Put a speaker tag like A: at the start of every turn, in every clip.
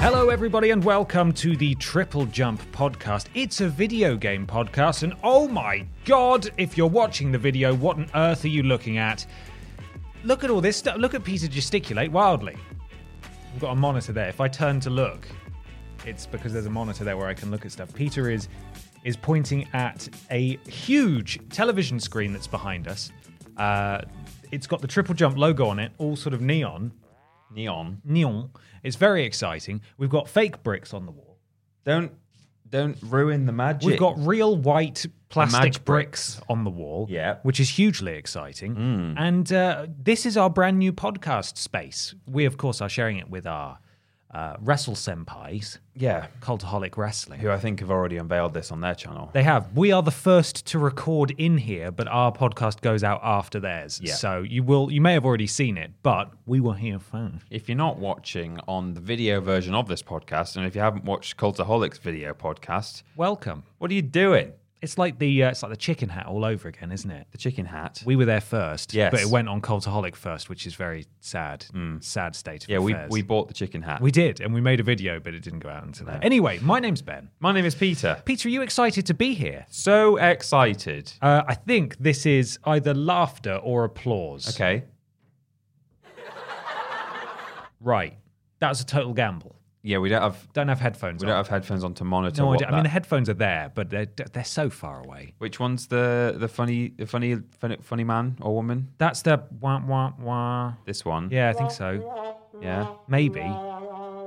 A: Hello, everybody, and welcome to the Triple Jump podcast. It's a video game podcast, and oh my god, if you're watching the video, what on earth are you looking at? Look at all this stuff. Look at Peter gesticulate wildly. I've got a monitor there. If I turn to look, it's because there's a monitor there where I can look at stuff. Peter is is pointing at a huge television screen that's behind us. Uh, it's got the Triple Jump logo on it, all sort of neon.
B: Neon.
A: Neon. It's very exciting. We've got fake bricks on the wall.
B: Don't don't ruin the magic.
A: We've got real white plastic
B: Magic
A: bricks. on the wall,
B: Yeah. Mm.
A: which is hugely exciting. And uh, this is our brand new podcast space. We, of course, are sharing it with our uh, wrestle senpais,
B: yeah,
A: Cultaholic Wrestling.
B: who I think have already unveiled this on their channel.
A: They have. We are the first to record in here, but our podcast goes out after theirs.
B: Yeah.
A: So you will, you may have already seen it, but we were here first.
B: If you're not watching on the video version of this podcast, and if you haven't watched Cultaholic's video podcast,
A: Welcome.
B: what are you doing?
A: It's like the uh, it's like the chicken hat all over again, isn't it?
B: The chicken hat.
A: We were there first,
B: Yes. Mm.
A: but it went on Cultaholic first, which is very sad, sad state of
B: yeah, we,
A: affairs.
B: we bought the chicken hat.
A: we did, and we made a video, but it didn't go out until then. Anyway, my name's Ben.
B: My name is Peter.
A: Peter, are you excited to be here?
B: So excited.
A: Uh, I think this is either laughter or applause.
B: Okay.
A: right. That was a total gamble.
B: Yeah, we don't have
A: Don't have headphones.
B: we
A: on.
B: don't have headphones on to monitor.
A: no
B: what
A: idea. I mean, the
B: that-
A: headphones are there, but they're they're so far away.
B: which one's the the funny the funny funny, funny man or woman?
A: That's the wah wah wah.
B: This one.
A: Yeah, I think so.
B: Yeah.
A: Maybe.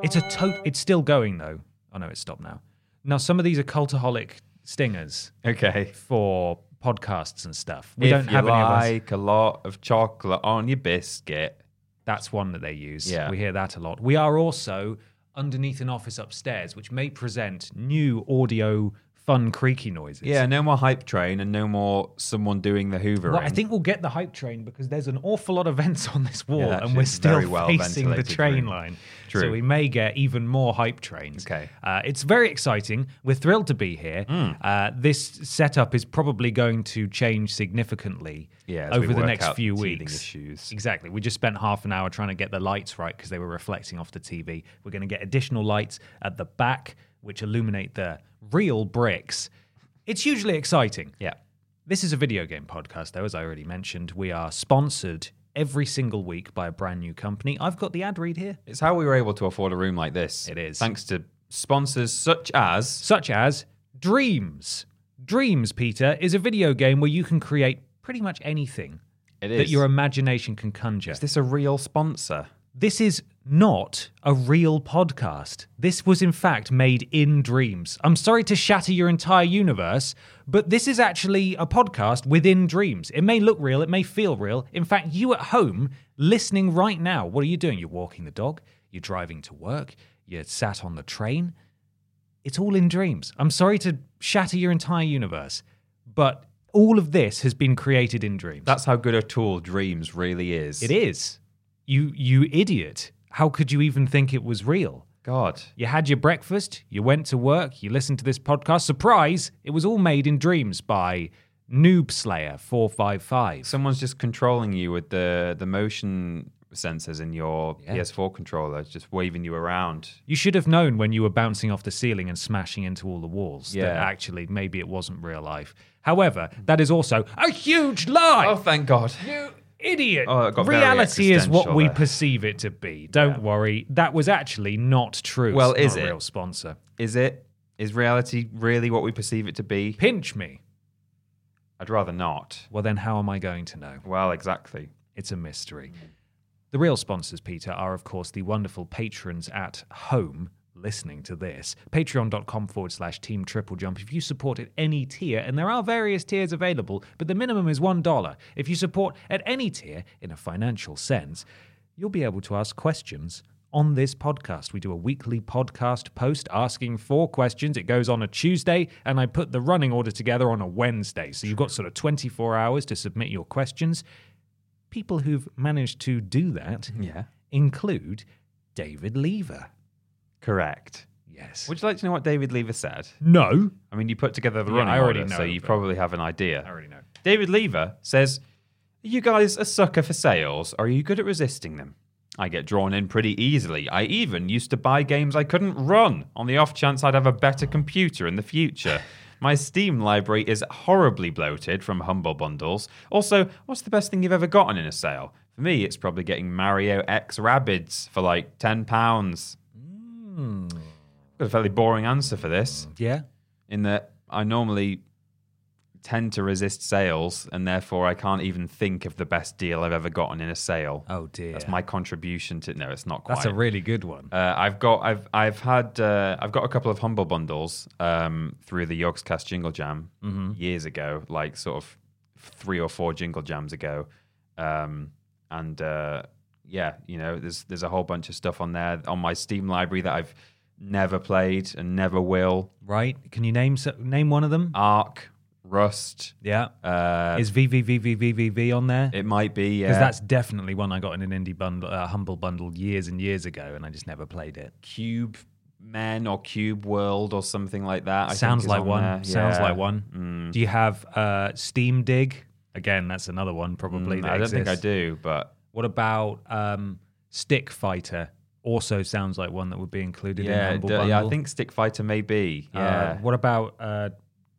A: It's a to- It's still going though. Oh no, it's stopped now. Now some of these are cultaholic stingers.
B: Okay.
A: for podcasts and stuff. We
B: if
A: don't
B: you
A: have any of those.
B: like a lot of chocolate on your biscuit.
A: That's one that they use.
B: Yeah.
A: We hear that a lot. We are also underneath an office upstairs, which may present new audio fun creaky noises.
B: Yeah, no more hype train and no more someone doing the Hoover.
A: Well, I think we'll get the hype train because there's an awful lot of vents on this wall,
B: Yeah,
A: and
B: actually,
A: we're
B: it's
A: still
B: very well
A: facing the
B: ventilated
A: train
B: room.
A: line. So
B: True.
A: we may get even more hype trains.
B: Okay. Hmm.
A: Uh, it's very exciting. We're thrilled to be here. Uh, this setup is probably going to change significantly
B: Yeah, as we
A: over the
B: work
A: next
B: out
A: few
B: teething
A: weeks.
B: issues.
A: Exactly. We just spent half an hour trying to get the lights right because they were reflecting off the TV. We're going to get additional lights at the back, which illuminate the real bricks. It's hugely exciting.
B: Yeah.
A: This is a video game podcast, though, as I already mentioned. We are sponsored every single week by a brand new company. I've got the ad read here,
B: It's how we were able to afford a room like this.
A: It is.
B: Thanks to sponsors such as
A: such as Dreams. Dreams, Peter, is a video game where you can create pretty much anything
B: it
A: that your imagination can conjure.
B: is this a real sponsor?
A: this is not a real podcast. This was, in fact, made in dreams. I'm sorry to shatter your entire universe, but this is actually a podcast within dreams. It may look real, it may feel real. In fact, you at home listening right now, what are you doing? You're walking the dog, you're driving to work, you're sat on the train. It's all in dreams. I'm sorry to shatter your entire universe, but all of this has been created in dreams.
B: That's how good a tool Dreams really is.
A: It is. You you idiot. How could you even think it was real?
B: God.
A: You had your breakfast, you went to work, you listened to this podcast. Surprise, it was all made in dreams by Noob Slayer 455.
B: Someone's just controlling you with the the motion sensors in your PS4 controller, just waving you around.
A: you should have known when you were bouncing off the ceiling and smashing into all the walls that
B: Yeah.
A: actually maybe it wasn't real life. However, that is also a huge lie.
B: Oh, thank God!
A: You idiot.
B: Oh, it got very
A: Reality is what
B: existential
A: we
B: there.
A: perceive it to be. Don't worry. That was actually not true.
B: Well,
A: It's
B: is
A: not a
B: it?
A: real sponsor.
B: Is it? Is reality really what we perceive it to be?
A: Pinch me.
B: I'd rather not.
A: Well, then how am I going to know?
B: Well, exactly.
A: It's a mystery. The real sponsors, Peter, are of course the wonderful patrons at home listening to this. Patreon.com forward slash team triple jump. If you support at any tier, and there are various tiers available, but the minimum is $1. If you support at any tier in a financial sense, you'll be able to ask questions on this podcast. We do a weekly podcast post asking four questions. It goes on a Tuesday, and I put the running order together on a Wednesday. So you've got sort of 24 hours to submit your questions people who've managed to do that
B: Yeah.
A: include David Lever.
B: Correct.
A: Yes.
B: Would you like to know what David Lever said?
A: no.
B: I mean, you put together the
A: Yeah,
B: running
A: I already
B: order,
A: know,
B: so you
A: but-
B: probably have an idea.
A: I already know.
B: David Lever says, Are you guys a sucker for sales? Or are you good at resisting them? I get drawn in pretty easily. I even used to buy games I couldn't run on the off chance I'd have a better computer in the future. My Steam library is horribly bloated from Humble Bundles. Also, what's the best thing you've ever gotten in a sale? For me, it's probably getting Mario X Rabbids for like £10. Got a fairly boring answer for this
A: Yeah.
B: in that I normally tend to resist sales and therefore I can't even think of the best deal I've ever gotten in a sale.
A: Oh dear.
B: That's my contribution to no, it's not quite.
A: That's a really good one.
B: uh, I've got I've I've had uh, I've got a couple of humble bundles um, through the Yogscast Jingle Jam
A: Mm-hmm.
B: years ago, like sort of three or four Jingle Jams ago, um, and uh, yeah, you know, there's there's a whole bunch of stuff on there on my Steam library that I've never played and never will.
A: Right? Can you name so- name one of them?
B: Ark, Rust.
A: yeah.
B: Uh,
A: Is VVVVVVV on there?
B: it might be yeah.
A: Because that's definitely one I got in an indie bundle, uh, humble bundle years and years ago, and I just never played it.
B: Cube Men or Cube World or something like that. I think
A: Sounds
B: is
A: like
B: on
A: one.
B: there.
A: Sounds
B: Yeah. Mm,
A: like one. Do you have uh, Steam Dig? Again, that's another one probably.
B: Mm,
A: that
B: I don't think I
A: exists.
B: do, but
A: What about um, Stick Fighter? Also sounds like one that would be included in
B: yeah,
A: Humble
B: d-
A: Bundle.
B: yeah, I think Stick Fighter may be.
A: Uh,
B: Yeah,
A: what about uh,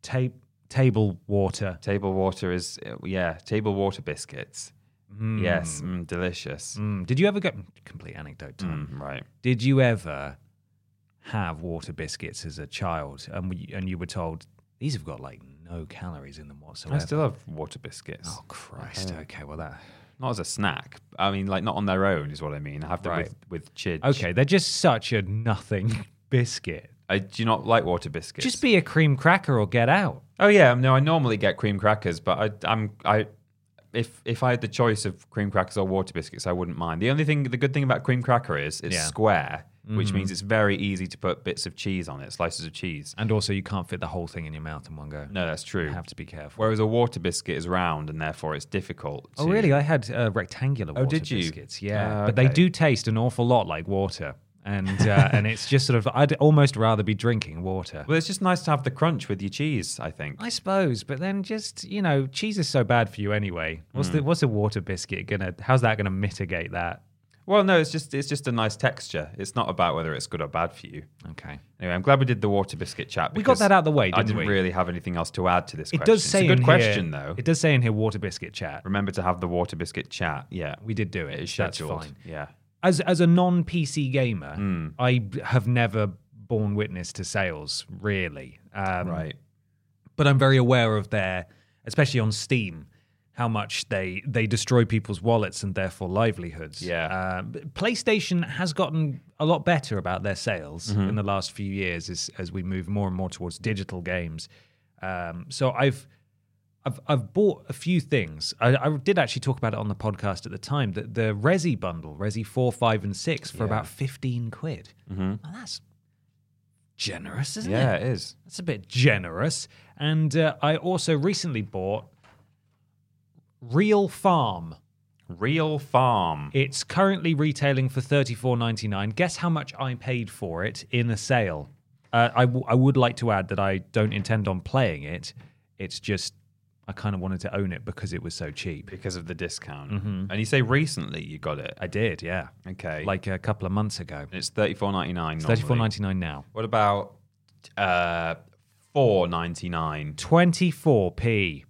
A: ta- Table Water?
B: table water is uh, yeah, table water biscuits.
A: Mm.
B: Yes, mm, delicious.
A: Mm. Did you ever get complete anecdote time?
B: Mm, right.
A: Did you ever have water biscuits as a child, and we, and you were told these have got like no calories in them whatsoever?
B: I still have water biscuits.
A: oh Christ! Okay, well that.
B: Not as a snack. I mean, like not on their own is what I mean. I have them
A: Right.
B: with with chidge.
A: Okay, they're just such a nothing biscuit.
B: I do not like water biscuits.
A: Just be a cream cracker or get out.
B: Oh yeah, no, I normally get cream crackers, but I, I'm I if if I had the choice of cream crackers or water biscuits, I wouldn't mind. The only thing, the good thing about cream cracker is it's
A: Yeah. Mm-hmm.
B: square, which means it's very easy to put bits of cheese on it, slices of cheese.
A: And also, you can't fit the whole thing in your mouth in one go.
B: No, that's true.
A: You have to be careful.
B: Whereas a water biscuit is round, and therefore it's difficult.
A: Oh,
B: to-
A: really? I had uh, rectangular water
B: Oh, did you?
A: biscuits. Yeah,
B: Ah,
A: but they
B: okay.
A: do taste an awful lot like water, and uh, and it's just sort of I'd almost rather be drinking water.
B: Well, it's just nice to have the crunch with your cheese. I think.
A: I suppose, but then just you know, cheese is so bad for you anyway. What's
B: Hmm.
A: the what's a water biscuit gonna? How's that gonna mitigate that?
B: Well, no, it's just it's just a nice texture. It's not about whether it's good or bad for you.
A: Okay.
B: Anyway, I'm glad we did the water biscuit chat.
A: We got
B: because
A: that out of the way,
B: I
A: didn't
B: didn't
A: we?
B: really have anything else to add to this.
A: It
B: question.
A: does say
B: it's a good
A: in
B: question
A: here,
B: though.
A: It does say in here water biscuit chat.
B: Remember to have the water biscuit chat. Yeah,
A: We did do it.
B: It is
A: That's
B: scheduled. Hmm.
A: fine. Mm-hmm.
B: Yeah,
A: as as a non PC gamer, I b- have never borne witness to sales really. Um,
B: right.
A: But I'm very aware of their, especially on Steam, how much they they destroy people's wallets and therefore livelihoods.
B: Yeah.
A: Um, PlayStation has gotten a lot better about their sales in the last few years as as we move more and more towards digital games. Um, so I've I've I've bought a few things. I, I did actually talk about it on the podcast at the time. The, the Resi bundle, Resi four, five, and six, for about fifteen quid. Well, that's generous, isn't
B: Yeah,
A: it?
B: it is.
A: That's a bit generous. And uh, I also recently bought Real Farm.
B: Real farm.
A: It's currently retailing for thirty four ninety nine. Guess how much I paid for it in a sale. Uh, I, w- I would like to add that I don't intend on playing it. It's just I kind of wanted to own it because it was so cheap.
B: because of the discount. And you say recently you got it.
A: I did, yeah.
B: Okay.
A: Mm-hmm. Like a couple of months ago.
B: And it's thirty four ninety nine.
A: It's thirty four ninety nine now.
B: What about uh four ninety nine?
A: Twenty four p.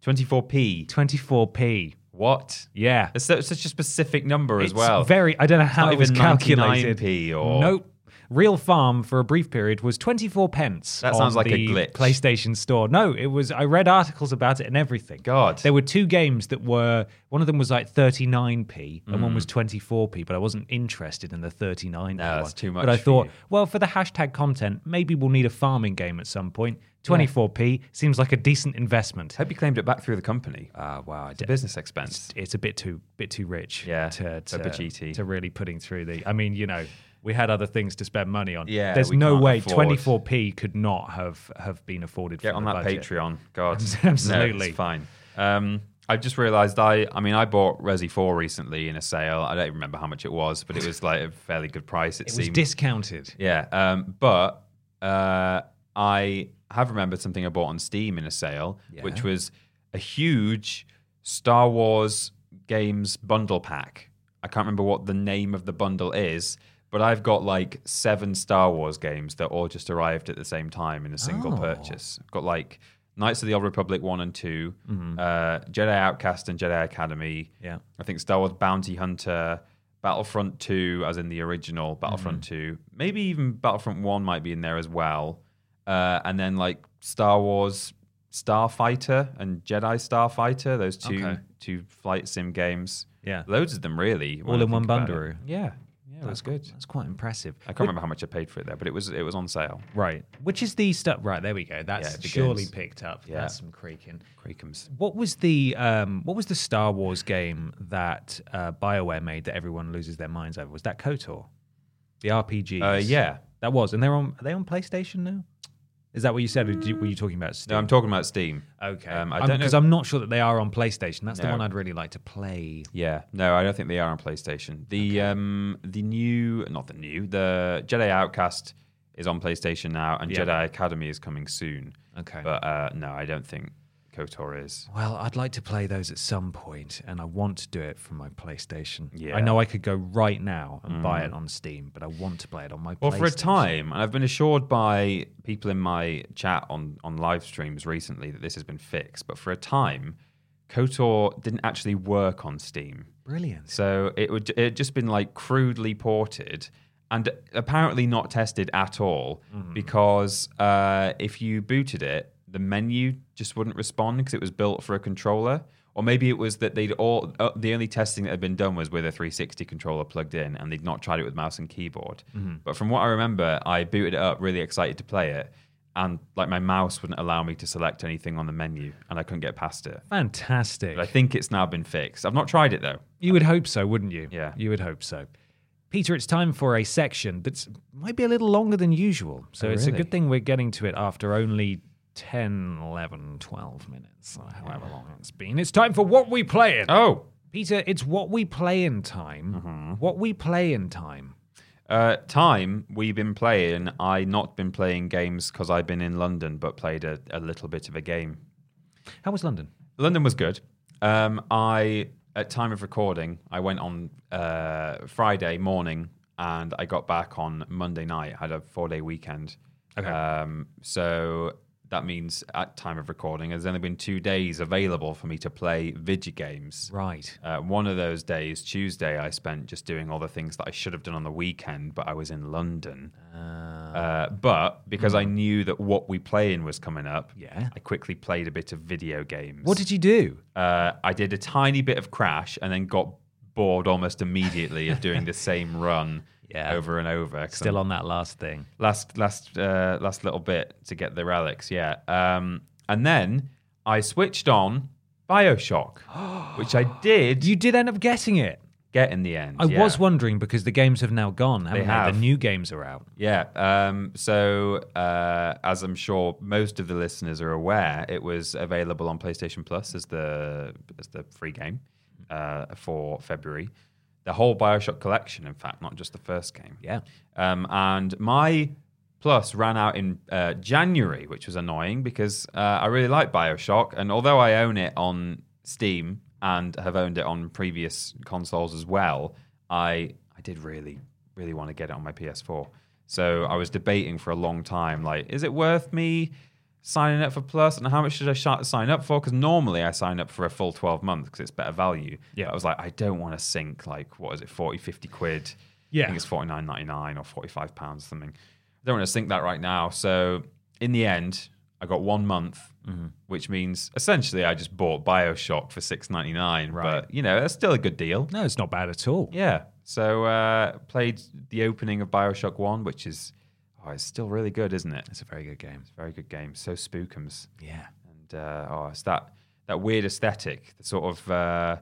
B: Twenty four p.
A: Twenty four p.
B: What?
A: Yeah.
B: It's su- such a specific number as
A: It's
B: well.
A: Very. I don't know
B: not
A: how it was
B: even 99p
A: calculated.
B: or-
A: Nope. Real Farm for a brief period was 24 pence.
B: That
A: on
B: sounds like a
A: the
B: glitch.
A: PlayStation Store. No, it was. I read articles about it and everything.
B: God.
A: There were two games that were. One of them was like 39p and
B: Mm.
A: one was 24p, but I wasn't interested in the 39p.
B: No, that's
A: one.
B: too much
A: But I
B: for
A: thought,
B: you.
A: well, for the hashtag content, maybe we'll need a farming game at some point. 24p seems like a decent investment.
B: Hope you claimed it back through the company. Uh,
A: Ah, wow. I
B: It's a business expense.
A: it's a bit too bit too rich
B: Yeah,
A: to,
B: so
A: to,
B: budgety.
A: to really putting through the i mean you know we had other things to spend money on
B: Yeah,
A: there's
B: we
A: no
B: can't
A: way
B: afford-
A: 24p could not have have been afforded
B: Get
A: from
B: on
A: the
B: that
A: budget.
B: Patreon. God. No,
A: Absolutely.
B: it's fine. Um I've just realised I I mean I bought Resi 4 recently in a sale. I don't even remember how much it was, but it was like a fairly good price. It,
A: it was
B: seemed
A: discounted
B: Yeah, um, but uh, I have remembered something I bought on Steam in a sale, which was a huge Star Wars games bundle pack. I can't remember what the name of the bundle is, but I've got like seven Star Wars games that all just arrived at the same time in a
A: Oh.
B: single purchase. I've got like Knights of the Old Republic 1 and 2, uh, Jedi Outcast and Jedi Academy.
A: Mm-hmm. Yeah.
B: I think Star Wars Bounty Hunter, Battlefront 2, as in the original Battlefront
A: Mm-hmm.
B: 2. Maybe even Battlefront 1 might be in there as well. Uh, and then like Star Wars Starfighter and Jedi Starfighter, those two
A: Okay.
B: two flight sim games.
A: Yeah.
B: Loads of them really. when
A: All
B: I
A: in one
B: think about it.
A: bundle.
B: Yeah. Yeah, it was good.
A: that's quite impressive
B: I can't remember how much I paid for it there, but it was it was on sale.
A: right which is the stuff right there we go
B: Yeah,
A: that's
B: it begins.
A: surely picked up
B: Yeah.
A: that's some creaking
B: Creakums.
A: what was the um, what was the Star Wars game that uh, Bioware made that everyone loses their minds over? Was that KOTOR, the RPG?
B: Uh, yeah.
A: that was. And they're on are they on PlayStation now? Is that what you said? Or did you, were you talking about Steam?
B: No, I'm talking about Steam.
A: okay,
B: um, I
A: I'm-
B: don't know-
A: because I'm not sure that they are on PlayStation. That's
B: No.
A: the one I'd really like to play.
B: Yeah, no, I don't think they are on PlayStation. The um the new, not the new, the Jedi Outcast is on PlayStation now, and
A: Yeah.
B: Jedi Academy is coming soon.
A: Okay.
B: but uh, no, I don't think KOTOR is.
A: Well, I'd like to play those at some point, and I want to do it from my PlayStation.
B: Yeah. Mm.
A: I know I could go right now and buy it on Steam, but I want to play it on my.
B: Well, for a
A: PlayStation.
B: time, and I've been assured by people in my chat on on live streams recently that this has been fixed. But for a time, KOTOR didn't actually work on Steam.
A: brilliant.
B: So it would it had just been like crudely ported and apparently not tested at all because uh, if you booted it, the menu just wouldn't respond because it was built for a controller. Or maybe it was that they'd all uh, the only testing that had been done was with a 360 controller plugged in, and they'd not tried it with mouse and keyboard. But from what I remember, I booted it up, really excited to play it, and like my mouse wouldn't allow me to select anything on the menu, and I couldn't get past it.
A: Fantastic.
B: But I think it's now been fixed. I've not tried it though.
A: You would hope so, wouldn't you?
B: Yeah.
A: You would hope so. Peter, it's time for a section that might be a little longer than usual. So
B: Oh,
A: it's a
B: really?
A: good thing we're getting to it after only 10, 11, 12 minutes, or however long it's been. It's time for What We Play In.
B: Oh,
A: Peter, it's What We Play In time. What We Play In time.
B: Uh, time we've been playing. I not been playing games because I've been in London, but played a, a little bit of a game.
A: How was London?
B: London was good. Um, I at time of recording, I went on uh, Friday morning and I got back on Monday night. Had a four day weekend.
A: Okay. Uh,
B: Um, so that means at time of recording, there's only been two days available for me to play video games.
A: Right.
B: Uh, one of those days, Tuesday, I spent just doing all the things that I should have done on the weekend, but I was in London.
A: Ah.
B: Uh, but because I knew that what we playing was coming up,
A: Hmm. Yeah.
B: I quickly played a bit of video games.
A: What did you do?
B: uh, I did a tiny bit of Crash and then got bored almost immediately of doing the same run
A: Yeah.
B: over and over. 'cause
A: Still on that last thing.
B: last last uh, last little bit to get the relics. Yeah, um, and then I switched on Bioshock, which I did
A: You did end up getting it.
B: get in the end.
A: I
B: yeah.
A: was wondering because the games have now gone, haven't they?
B: have.
A: The new games are out.
B: Yeah. Um, so, uh, as I'm sure most of the listeners are aware, it was available on PlayStation Plus as the as the free game uh, for February. The whole Bioshock collection, in fact, not just the first game.
A: Yeah.
B: Um, and my Plus ran out in uh, January, which was annoying because uh, I really like Bioshock, and although I own it on Steam and have owned it on previous consoles as well, I I did really really want to get it on my PS4. So I was debating for a long time, like, is it worth me signing up for Plus, and how much should I sh- sign up for? Because normally I sign up for a full 12 months because it's better value.
A: Yeah.
B: But I was like, I don't want to sink like what is it, 40, 50 quid.
A: Yeah.
B: I think it's forty nine ninety nine or forty five pounds something. I don't want to sink that right now. So in the end, I got one month,
A: Mm-hmm.
B: which means essentially I just bought Bioshock for six ninety nine.
A: Right.
B: But you know, that's still a good deal.
A: No, it's not bad at all.
B: Yeah. So uh, played the opening of Bioshock One, which is oh, it's still really good, isn't it?
A: It's a very good game.
B: It's a very good game. So spookums
A: Yeah.
B: and uh, oh, it's that that weird aesthetic, the sort of uh,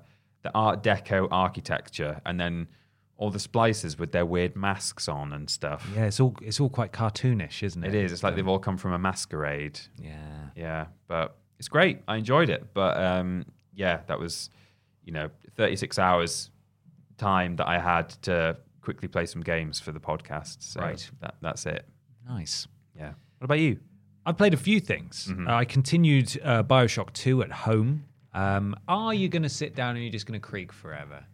B: the Art Deco architecture, and then all the splices with their weird masks on and stuff.
A: Yeah, it's all it's all quite cartoonish, isn't it?
B: It is. It's like they've all come from a masquerade.
A: Yeah.
B: Yeah, but it's great. I enjoyed it, but um, yeah, that was you know 36 hours time that I had to quickly play some games for the podcast. So
A: Right.
B: That, that's it.
A: Nice.
B: Yeah. What about you?
A: I played a few things. Uh, I continued uh, Bioshock 2 at home. Um, are you going to sit down and you're just going to creak forever?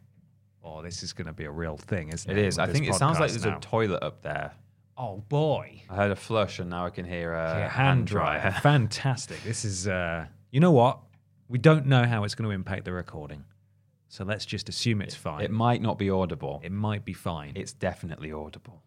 A: Oh, this is going to be a real thing, isn't it?
B: It is.
A: with
B: I
A: this
B: think it sounds like
A: podcast
B: there's
A: now?
B: a toilet up there.
A: oh, boy.
B: I heard a flush, and now I can hear a
A: Yeah, Uh, hand dryer. Fantastic. This is, uh, you know what? We don't know how it's going to impact the recording. So let's just assume it's fine.
B: It might not be audible.
A: It might be fine.
B: It's definitely audible.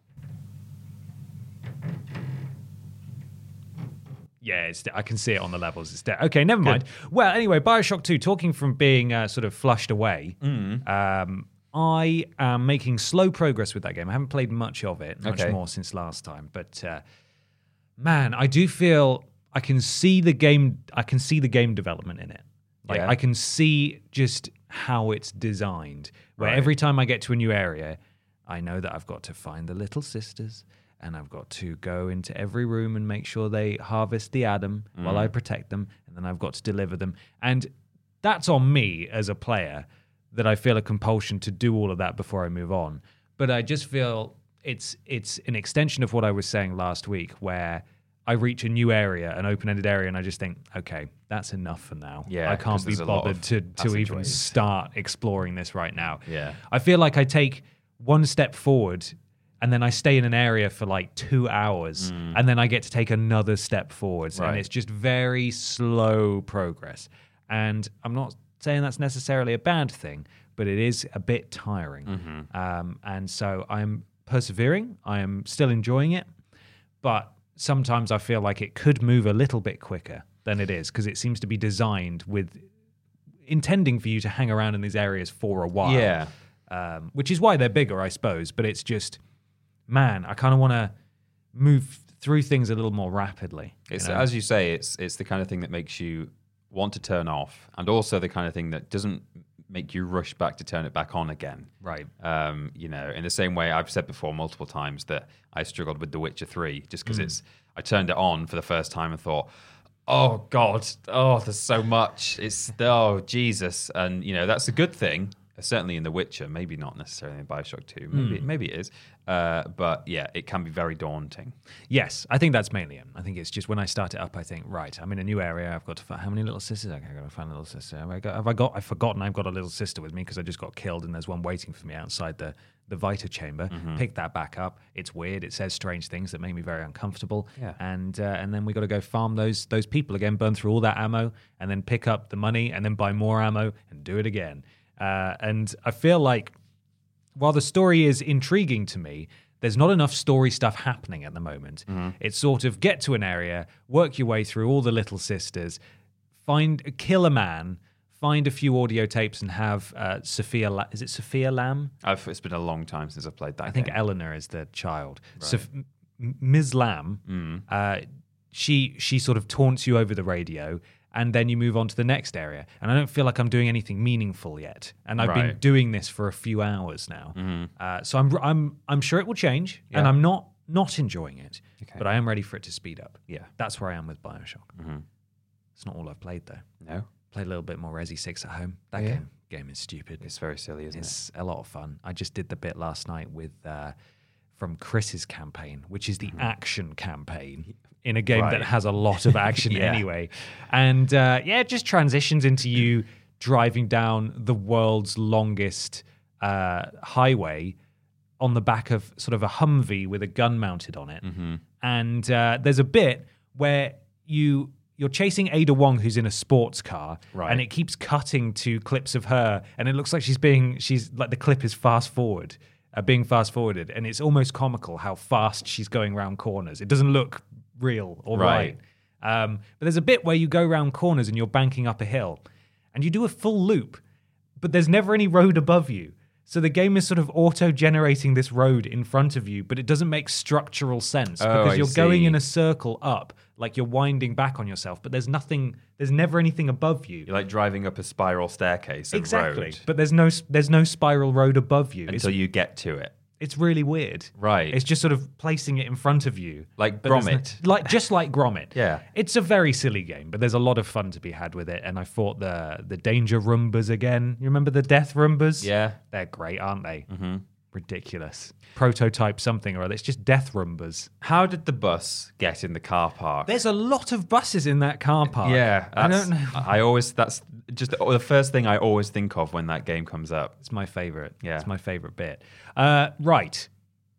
A: Yeah, it's I can see it on the levels. It's dead. Okay, never mind. Well, anyway, Bioshock 2, talking from being uh, sort of flushed away,
B: Mm.
A: um, I am making slow progress with that game. I haven't played much of it, much
B: Okay.
A: more since last time. But uh, man, I do feel I can see the game. I can see the game development in it. Like
B: Yeah.
A: I can see just how it's designed. Where
B: Right.
A: every time I get to a new area, I know that I've got to find the little sisters, and I've got to go into every room and make sure they harvest the atom while I protect them, and then I've got to deliver them. And that's on me as a player that I feel a compulsion to do all of that before I move on. But I just feel it's it's an extension of what I was saying last week, where I reach a new area, an open-ended area, and I just think, okay, that's enough for now.
B: Yeah,
A: I
B: 'cause
A: can't be
B: there's a lot of
A: bothered to to even
B: passageways.
A: start exploring this right now.
B: Yeah.
A: I feel like I take one step forward and then I stay in an area for like two hours and then I get to take another step forwards.
B: Mm. Right.
A: And it's just very slow progress. And I'm not saying that's necessarily a bad thing, but it is a bit tiring.
B: Mm-hmm.
A: Um, and so I'm persevering, I am still enjoying it, but sometimes I feel like it could move a little bit quicker than it is because it seems to be designed with intending for you to hang around in these areas for a while
B: Yeah.
A: um, which is why they're bigger, I suppose. But it's just, man, I kind of want to move through things a little more rapidly. you
B: It's
A: know?
B: as you say. It's it's the kind of thing that makes you want to turn off, and also the kind of thing that doesn't make you rush back to turn it back on again.
A: right.
B: Um, you know, in the same way I've said before multiple times that I struggled with The Witcher Three just
A: Hmm.
B: because it's I turned it on for the first time and thought. Oh God! Oh, there's so much. It's oh Jesus, and you know that's a good thing. Certainly in The Witcher, maybe not necessarily in Bioshock Two.
A: Hmm.
B: Maybe maybe it is, uh, but yeah, it can be very daunting.
A: Yes, I think that's mainly it. I think it's just when I start it up, I think, right, I'm in a new area. I've got to find how many little sisters? Okay, I've got to find a little sister. Have I got? Have I got? I've forgotten. I've got a little sister with me because I just got killed, and there's one waiting for me outside the the Vita chamber. Pick that back up. It's weird. It says strange things that make me very uncomfortable.
B: Yeah.
A: And uh, and then we got to go farm those those people again, burn through all that ammo, and then pick up the money, and then buy more ammo, and do it again. Uh, and I feel like while the story is intriguing to me, there's not enough story stuff happening at the moment. It's sort of get to an area, work your way through all the little sisters, find kill a man, find a few audio tapes, and have uh, Sophia. La- is it Sophia Lamb?
B: I've, it's been a long time since I've played that.
A: I think Eleanor is the child. So m- m- Ms. Lamb,
B: Mm.
A: uh, she she sort of taunts you over the radio, and then you move on to the next area. And I don't feel like I'm doing anything meaningful yet. And I've been
B: Right. Mm-hmm.
A: doing this for a few hours now, uh, so I'm I'm I'm sure it will change, and I'm not not enjoying it, but I am ready for it to speed up.
B: Yeah. Mm-hmm.
A: That's where I am with Bioshock. It's not all I've played though.
B: No,
A: Played a little bit more Resi Six at home. That
B: Oh, Yeah.
A: game game is stupid.
B: it's very silly, isn't it?
A: It's a lot of fun. I just did the bit last night with uh, from Chris's campaign, which is the
B: Mm-hmm.
A: action campaign in a game that has a lot of action
B: Yeah.
A: anyway. And uh, yeah, it just transitions into you driving down the world's longest uh, highway on the back of sort of a Humvee with a gun mounted on it.
B: Mm-hmm.
A: And uh, there's a bit where you you're chasing Ada Wong, who's in a sports car,
B: Right.
A: and it keeps cutting to clips of her, and it looks like she's being she's like the clip is fast forward. Uh, being fast forwarded, and it's almost comical how fast she's going round corners. It doesn't look real or
B: Right.
A: right. Um, but there's a bit where you go round corners and you're banking up a hill, and you do a full loop, but there's never any road above you. So the game is sort of auto-generating this road in front of you, but it doesn't make structural sense
B: Oh,
A: because
B: I
A: you're going
B: see.
A: in a circle up, like you're winding back on yourself, but there's nothing, there's never anything above you.
B: You're like driving up a spiral staircase. of
A: exactly,
B: road
A: but there's no there's no spiral road above you. It's,
B: until you get to it.
A: it's really weird.
B: Right.
A: It's just sort of placing it in front of you.
B: Like
A: but there's no-
B: Gromit.
A: like just like Gromit.
B: Yeah.
A: It's a very silly game, but there's a lot of fun to be had with it. And I fought the the danger rumbas again. You remember the death rumbas?
B: Yeah.
A: They're great, aren't they? Mm-hmm. Ridiculous. Prototype something or other. It's just death rumbas.
B: How did the bus get in the car park?
A: There's a lot of buses in that car park.
B: yeah,
A: I
B: that's-
A: don't know.
B: I always that's just the, the first thing I always think of when that game comes up.
A: It's my favorite.
B: Yeah.
A: It's my favorite bit. Uh, right.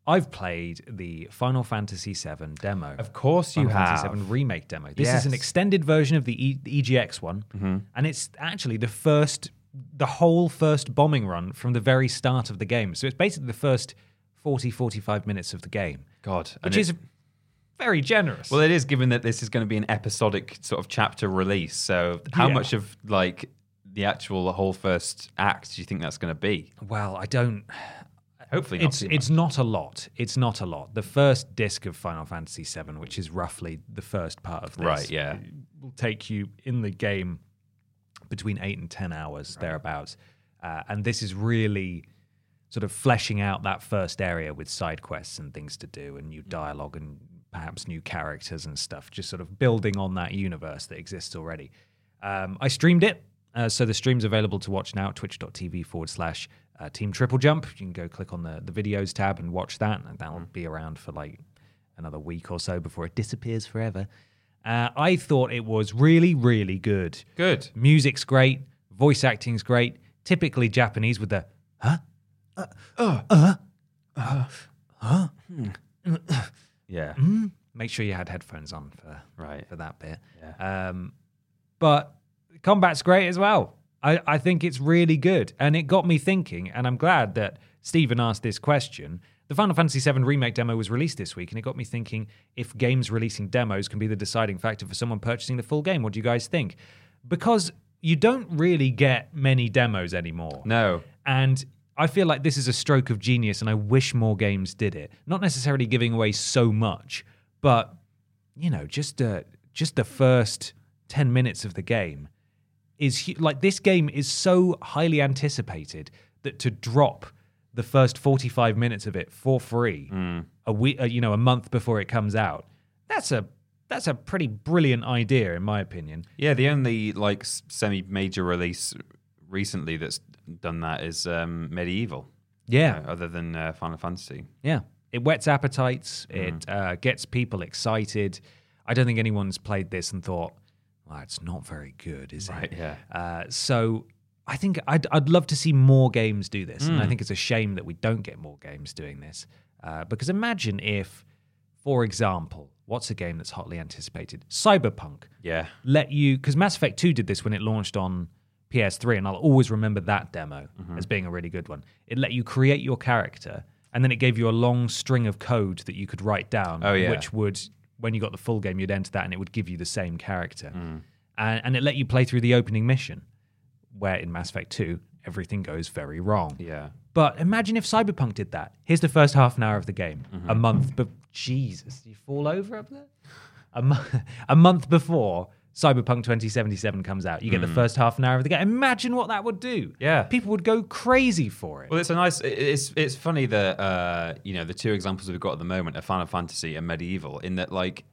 A: I've played the Final Fantasy VII demo.
B: Of course you
A: Final Fantasy
B: have.
A: VII remake demo. This is an
B: Yes. Mm-hmm.
A: extended version of the, e- the EGX one, and it's actually the first, the whole first bombing run from the very start of the game. So it's basically the first 40, 45 minutes of the game,
B: God, and
A: which
B: it-
A: is very generous.
B: well, it is given that this is going to be an episodic sort of chapter release. So how
A: Yeah.
B: much of like the actual the whole first act do you think that's going to be?
A: well, I don't.
B: Hopefully, not
A: It's
B: too much.
A: it's not a lot. It's not a lot. The first disc of Final Fantasy VII, which is roughly the first part of this,
B: right. Yeah,
A: will take you in the game between eight and ten hours thereabouts, uh, and this is really sort of fleshing out that first area with side quests and things to do and new dialogue and perhaps new characters and stuff, just sort of building on that universe that exists already. Um, I streamed it, uh, so the stream's available to watch now at twitch.tv forward slash uh, Team Triple Jump. You can go click on the, the videos tab and watch that, and that'll be around for like another week or so before it disappears forever. Uh, I thought it was really, really good.
B: good.
A: Music's great, voice acting's great. Typically Japanese with the huh?
B: Yeah,
A: Mm-hmm. Make sure you had headphones on for
B: right.
A: for that bit. Um, but combat's great as well. I, I think it's really good. And it got me thinking, and I'm glad that Stephen asked this question. The Final Fantasy VII Remake demo was released this week, and it got me thinking if games releasing demos can be the deciding factor for someone purchasing the full game. What do you guys think? Because you don't really get many demos anymore.
B: No,
A: And I feel like this is a stroke of genius, and I wish more games did it. Not necessarily giving away so much, but you know, just uh, just the first ten minutes of the game is hu- like this game is so highly anticipated that to drop the first forty-five minutes of it for free a week, uh, you know, a month before it comes out, that's a that's a pretty brilliant idea, in my opinion.
B: Yeah, the only like s- semi-major release recently that's done that is um, Medieval.
A: Yeah,
B: uh, other than uh, Final Fantasy.
A: Yeah. It whets appetites.
B: Mm-hmm.
A: It uh, gets people excited. I don't think anyone's played this and thought, well, it's not very good, is
B: Right.
A: it?
B: Yeah.
A: Uh, so I think I'd, I'd love to see more games do this.
B: Mm.
A: And I think it's a shame that we don't get more games doing this. Uh, because imagine if, for example, what's a game that's hotly anticipated? Cyberpunk
B: Yeah.
A: let you because Mass Effect 2 did this when it launched on PS3, and I'll always remember that demo
B: Mm-hmm.
A: as being a really good one. It let you create your character, and then it gave you a long string of code that you could write down,
B: Oh, yeah.
A: which would, when you got the full game, you'd enter that and it would give you the same character.
B: Mm.
A: And, and it let you play through the opening mission, where in Mass Effect 2, everything goes very wrong.
B: Yeah.
A: But imagine if Cyberpunk did that. Here's the first half an hour of the game, a
B: Mm-hmm.
A: month. But Jesus, you fall over up there. A, mo- a month before Cyberpunk 2077 comes out, you get the first half an hour of the game. Imagine what that would do.
B: Mm. Yeah.
A: people would go crazy for it.
B: Well, it's a nice. it- It's it's funny that uh, you know the two examples we've got at the moment are Final Fantasy and Medieval. In that, like,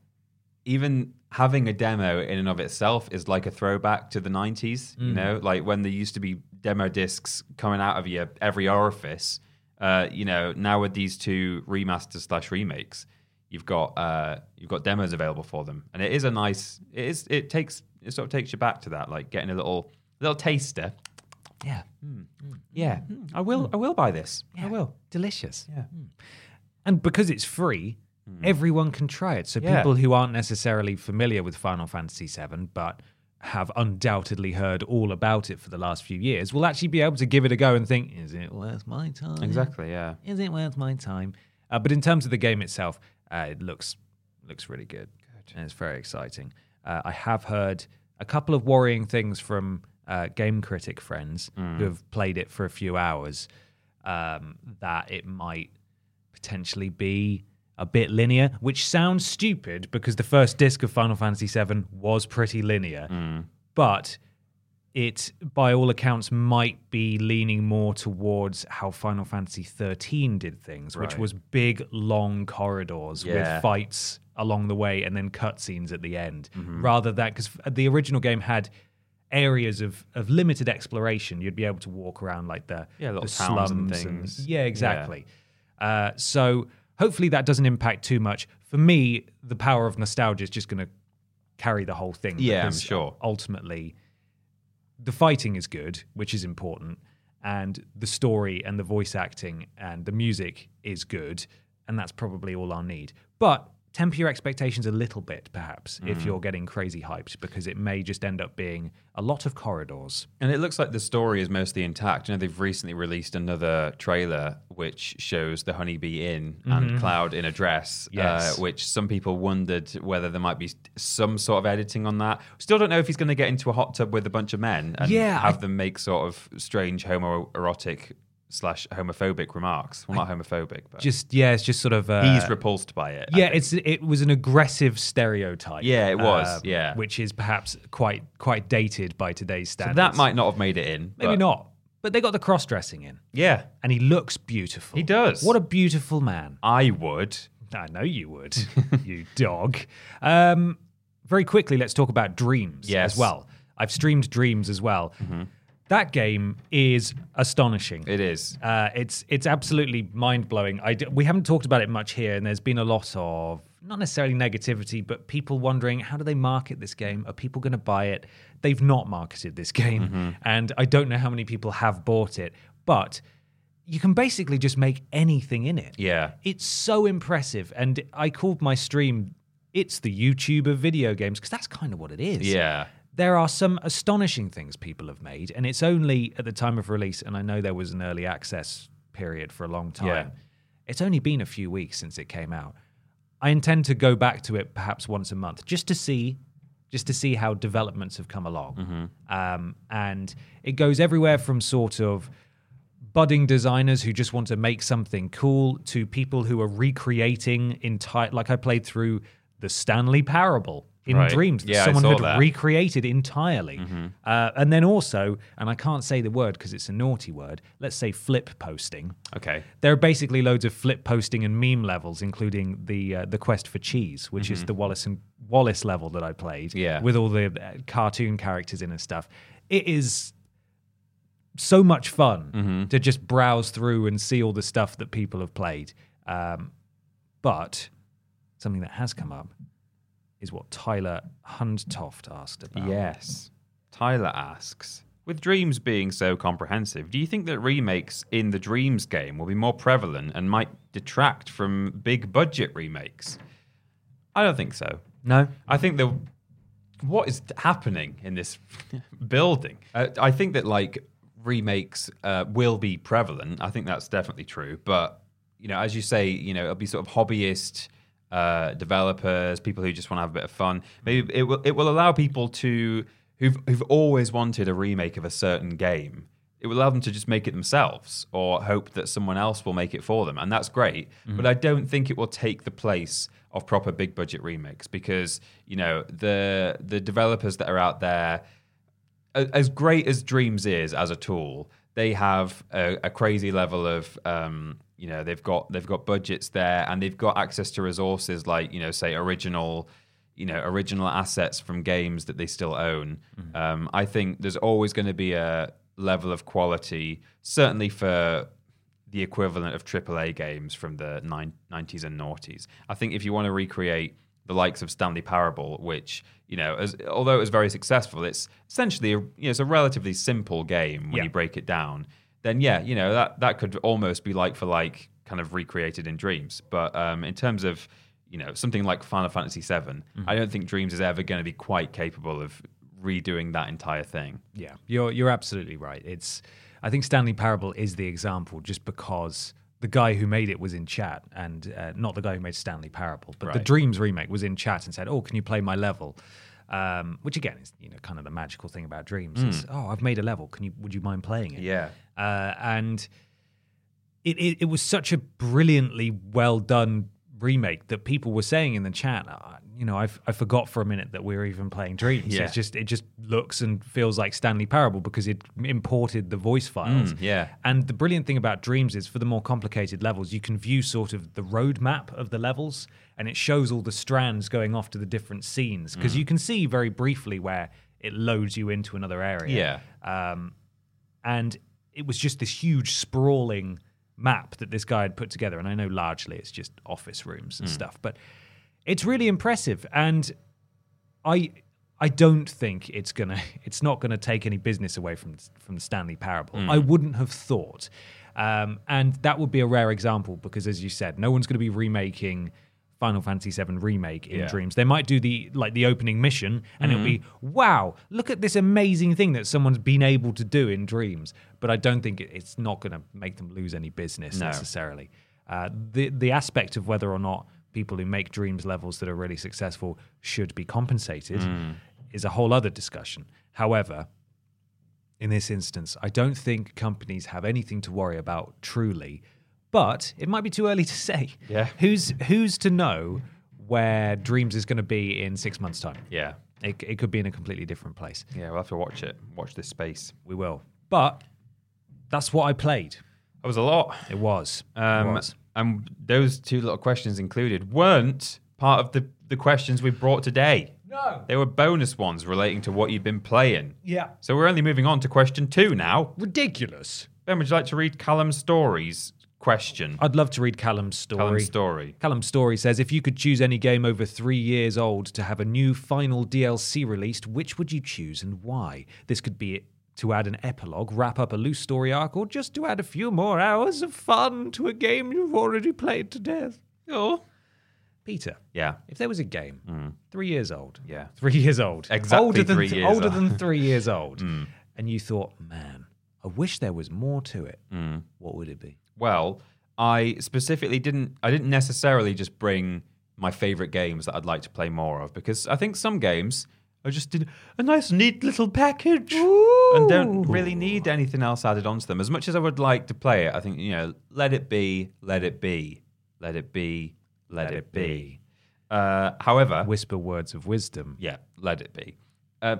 B: even having a demo in and of itself is like a throwback to the '90s. You know, like when there used to be demo discs coming out of your every orifice, uh, you know, now with these two remasters slash remakes, you've got uh, you've got demos available for them, and it is a nice. It is. It takes. It sort of takes you back to that, like getting a little little taster. Yeah. Mm. Yeah. I will. I will buy this. I will.
A: Delicious.
B: Yeah. Mm.
A: And because it's free, everyone can try it. So
B: Yeah.
A: people who aren't necessarily familiar with Final Fantasy VII, but have undoubtedly heard all about it for the last few years, will actually be able to give it a go and think, is it worth my time?
B: Exactly. Yeah.
A: Is it worth my time? Uh, but in terms of the game itself, uh, it looks looks really good, and it's very exciting. Uh, I have heard a couple of worrying things from uh, game critic friends who have played it for a few hours um, that it might potentially be a bit linear, which sounds stupid because the first disc of Final Fantasy VII was pretty linear,
B: Hmm.
A: but it by all accounts might be leaning more towards how Final Fantasy 13 did things, which
B: Right.
A: was big long corridors
B: Yeah.
A: with fights along the way and then cutscenes at the end.
B: Mm-hmm.
A: Rather that because the original game had areas of, of limited exploration, you'd be able to walk around like the,
B: Yeah, little
A: the
B: towns
A: slums
B: and
A: and
B: things.
A: yeah,
B: Yeah.
A: exactly. Uh, so hopefully that doesn't impact too much. For me, the power of nostalgia is just going to carry the whole thing.
B: Yeah, I'm
A: because
B: sure.
A: Ultimately, the fighting is good, which is important, and the story and the voice acting and the music is good, and that's probably all I'll need. But temper your expectations a little bit, perhaps,
B: Mm.
A: if you're getting crazy hyped, because it may just end up being a lot of corridors.
B: And it looks like the story is mostly intact. You know, they've recently released another trailer which shows the honeybee in
A: Mm-hmm.
B: and Cloud in a dress,
A: Yes.
B: uh, which some people wondered whether there might be some sort of editing on that. Still don't know if he's going to get into a hot tub with a bunch of men and
A: Yeah,
B: have
A: I-
B: them make sort of strange homoerotic slash homophobic remarks. Well, not homophobic, but
A: Just yeah, it's just sort of uh,
B: he's repulsed by it. I
A: Yeah, it's it was an aggressive stereotype. um,
B: Yeah, it was, yeah.
A: which is perhaps quite quite dated by today's
B: think.
A: standards.
B: that might not have made it in.
A: maybe
B: but-
A: not, but they got the cross dressing in,
B: Yeah,
A: and he looks beautiful.
B: He does.
A: What a beautiful man!
B: I would.
A: I know you would, you dog. Um, very quickly, let's talk about Dreams
B: Yes. Mm-hmm.
A: as well. I've streamed Dreams as well. That game is astonishing.
B: It is.
A: Uh, it's it's absolutely mind blowing. I d- we haven't talked about it much here, and there's been a lot of not necessarily negativity, but people wondering how do they market this game? Are people going to buy it? They've not marketed this game,
B: Mm-hmm.
A: and I don't know how many people have bought it, but you can basically just make anything in it.
B: Yeah.
A: It's so impressive, and I called my stream "It's the YouTube of video games" because that's kind of what it is
B: Yeah.
A: there are some astonishing things people have made, and it's only at the time of release, and I know there was an early access period for a long time.
B: Yeah.
A: It's only been a few weeks since it came out. I intend to go back to it perhaps once a month just to see just to see how developments have come along. Um, and it goes everywhere from sort of budding designers who just want to make something cool to people who are recreating entire like I played through the Stanley Parable in
B: Right.
A: Dreams that
B: Yeah, I
A: someone
B: saw
A: had
B: that. Mm-hmm.
A: recreated entirely. Uh, and then also, and I can't say the word because it's a naughty word, let's say flip posting.
B: Okay.
A: There are basically loads of flip posting and meme levels, including the uh, the quest for cheese, which is the Wallace and Wallace level that I played,
B: Yeah.
A: with all the uh, cartoon characters in and stuff. It is so much fun to just browse through and see all the stuff that people have played. Um, but something that has come up is what Tyler Hundtoft asked about.
B: Yes. Tyler asks With Dreams being so comprehensive, do you think that remakes in the Dreams game will be more prevalent and might detract from big budget remakes? I don't think so.
A: No.
B: I think the what is happening in this building. Uh, I think that like remakes uh, will be prevalent. I think that's definitely true. But you know, as you say, you know, it'll be sort of hobbyist uh, developers, people who just want to have a bit of fun. Maybe it will it will allow people to who've who've always wanted a remake of a certain game. It will allow them to just make it themselves or hope that someone else will make it for them. And that's great. But I don't think it will take the place of proper big budget remakes because, you know, the the developers that are out there a- as great as Dreams is as a tool, they have a, a crazy level of um, you know they've got they've got budgets there and they've got access to resources like you know say original you know original assets from games that they still own. Um, I think there's always going to be a level of quality certainly for the equivalent of AAA games from the nine, 90s and noughties. I think if you want to recreate the likes of Stanley Parable, which you know, as, although it was very successful, it's essentially a, you know, it's a relatively simple game when
A: Yeah.
B: you break it down. Then yeah, you know that that could almost be like for like kind of recreated in Dreams. But um, in terms of you know something like Final Fantasy VII, I don't think Dreams is ever going to be quite capable of redoing that entire thing.
A: Yeah, you're you're absolutely right. It's I think Stanley Parable is the example just because the guy who made it was in chat and uh, not the guy who made Stanley Parable, but the
B: Right.
A: Dreams remake was in chat and said, "Oh, can you play my level?" Um, which again is you know kind of the magical thing about Dreams. Is, oh, I've made a level. Can you would you mind playing it?
B: Yeah.
A: uh, and it, it it was such a brilliantly well done remake that people were saying in the chat. Uh, you know, I, f- I forgot for a minute that we were even playing Dreams.
B: Yeah.
A: It's just it just looks and feels like Stanley Parable because it imported the voice files.
B: Mm, yeah.
A: And the brilliant thing about Dreams is for the more complicated levels, you can view sort of the roadmap of the levels and it shows all the strands going off to the different scenes because
B: Mm.
A: you can see very briefly where it loads you into another area
B: Yeah.
A: and it was just this huge sprawling map that this guy had put together and i know largely it's just office rooms and stuff but it's really impressive and i i don't think it's gonna it's not gonna take any business away from from the stanley parable
B: Hmm.
A: i wouldn't have thought um, and that would be a rare example because as you said no one's going to be remaking final fantasy VII remake in
B: Yeah.
A: dreams games. They might do the like the opening mission, and it'll be
B: Hmm.
A: wow, look at this amazing thing that someone's been able to do in Dreams. But I don't think it, it's not going to make them lose any business
B: No.
A: necessarily. Uh, the the aspect of whether or not people who make Dreams levels that are really successful should be compensated
B: Hmm.
A: is a whole other discussion. However, in this instance. I don't think companies have anything to worry about truly, but it might be too early to say.
B: Yeah.
A: Who's who's to know where Dreams is going to be in six months' time?
B: yeah.
A: It, it could be in a completely different place.
B: Yeah, we'll have to watch it. Watch this space.
A: We will. But that's what I played.
B: That was a lot.
A: It was. it
B: Um,
A: was.
B: and those two little questions included weren't part of the, the questions we brought today.
A: No.
B: They were bonus ones relating to what you've been playing.
A: Yeah.
B: So we're only moving on to question two now.
A: Ridiculous.
B: Ben, would you like to read Callum's stories question?
A: I'd love to read Callum's story.
B: Callum's story.
A: Callum Story says if you could choose any game over three years old to have a new final DLC released, which would you choose and why? This could be to add an epilogue, wrap up a loose story arc, or just to add a few more hours of fun to a game you've already played to death. Oh. Peter,
B: Yeah.
A: if there was a game, three years old,
B: Yeah.
A: three years old,
B: Hmm. Exactly
A: older than
B: three years
A: older
B: old. Hmm.
A: than three years old, and you thought, man, I wish there was more to it.
B: Hmm.
A: What would it be?
B: Well, I specifically didn't I didn't necessarily just bring my favorite games that I'd like to play more of because I think some games I just did a nice neat little package and don't really need anything else added onto them. As much as I would like to play it, I think you know, let it be, let it be, let it be, let, it, be. Uh, however,
A: Whisper words of wisdom.
B: yeah, let it be. Uh,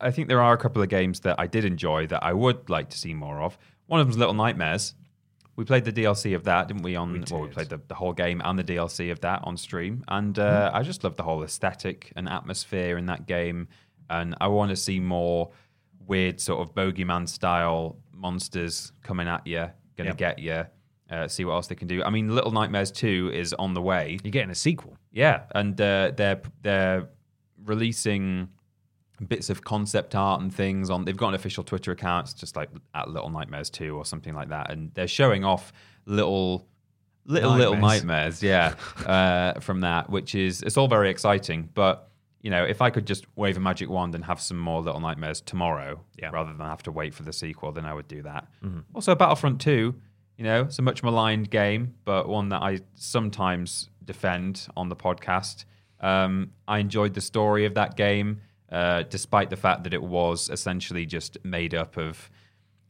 B: I think there are a couple of games that I did enjoy that I would like to see more of. One of them's Little Nightmares. We played the DLC of that, didn't we? On well, we
A: did.
B: played the, the whole game and the DLC of that on stream, and uh, I just love the whole aesthetic and atmosphere in that game. And I want to see more weird sort of bogeyman style monsters coming at you, gonna
A: Yep.
B: get you. Uh, see what else they can do. I mean, Little Nightmares Two is on the way.
A: You're getting a sequel.
B: Yeah, and uh, they're they're releasing bits of concept art and things on. They've got an official Twitter account, it's just like at Little Nightmares Two or something like that, and they're showing off little. Little little nightmares, yeah, uh, from that, which is it's all very exciting. But you know, if I could just wave a magic wand and have some more little nightmares tomorrow,
A: Yeah.
B: rather than have to wait for the sequel, then I would do that. Also, Battlefront Two, you know, it's a much maligned game, but one that I sometimes defend on the podcast. Um, I enjoyed the story of that game, uh, despite the fact that it was essentially just made up of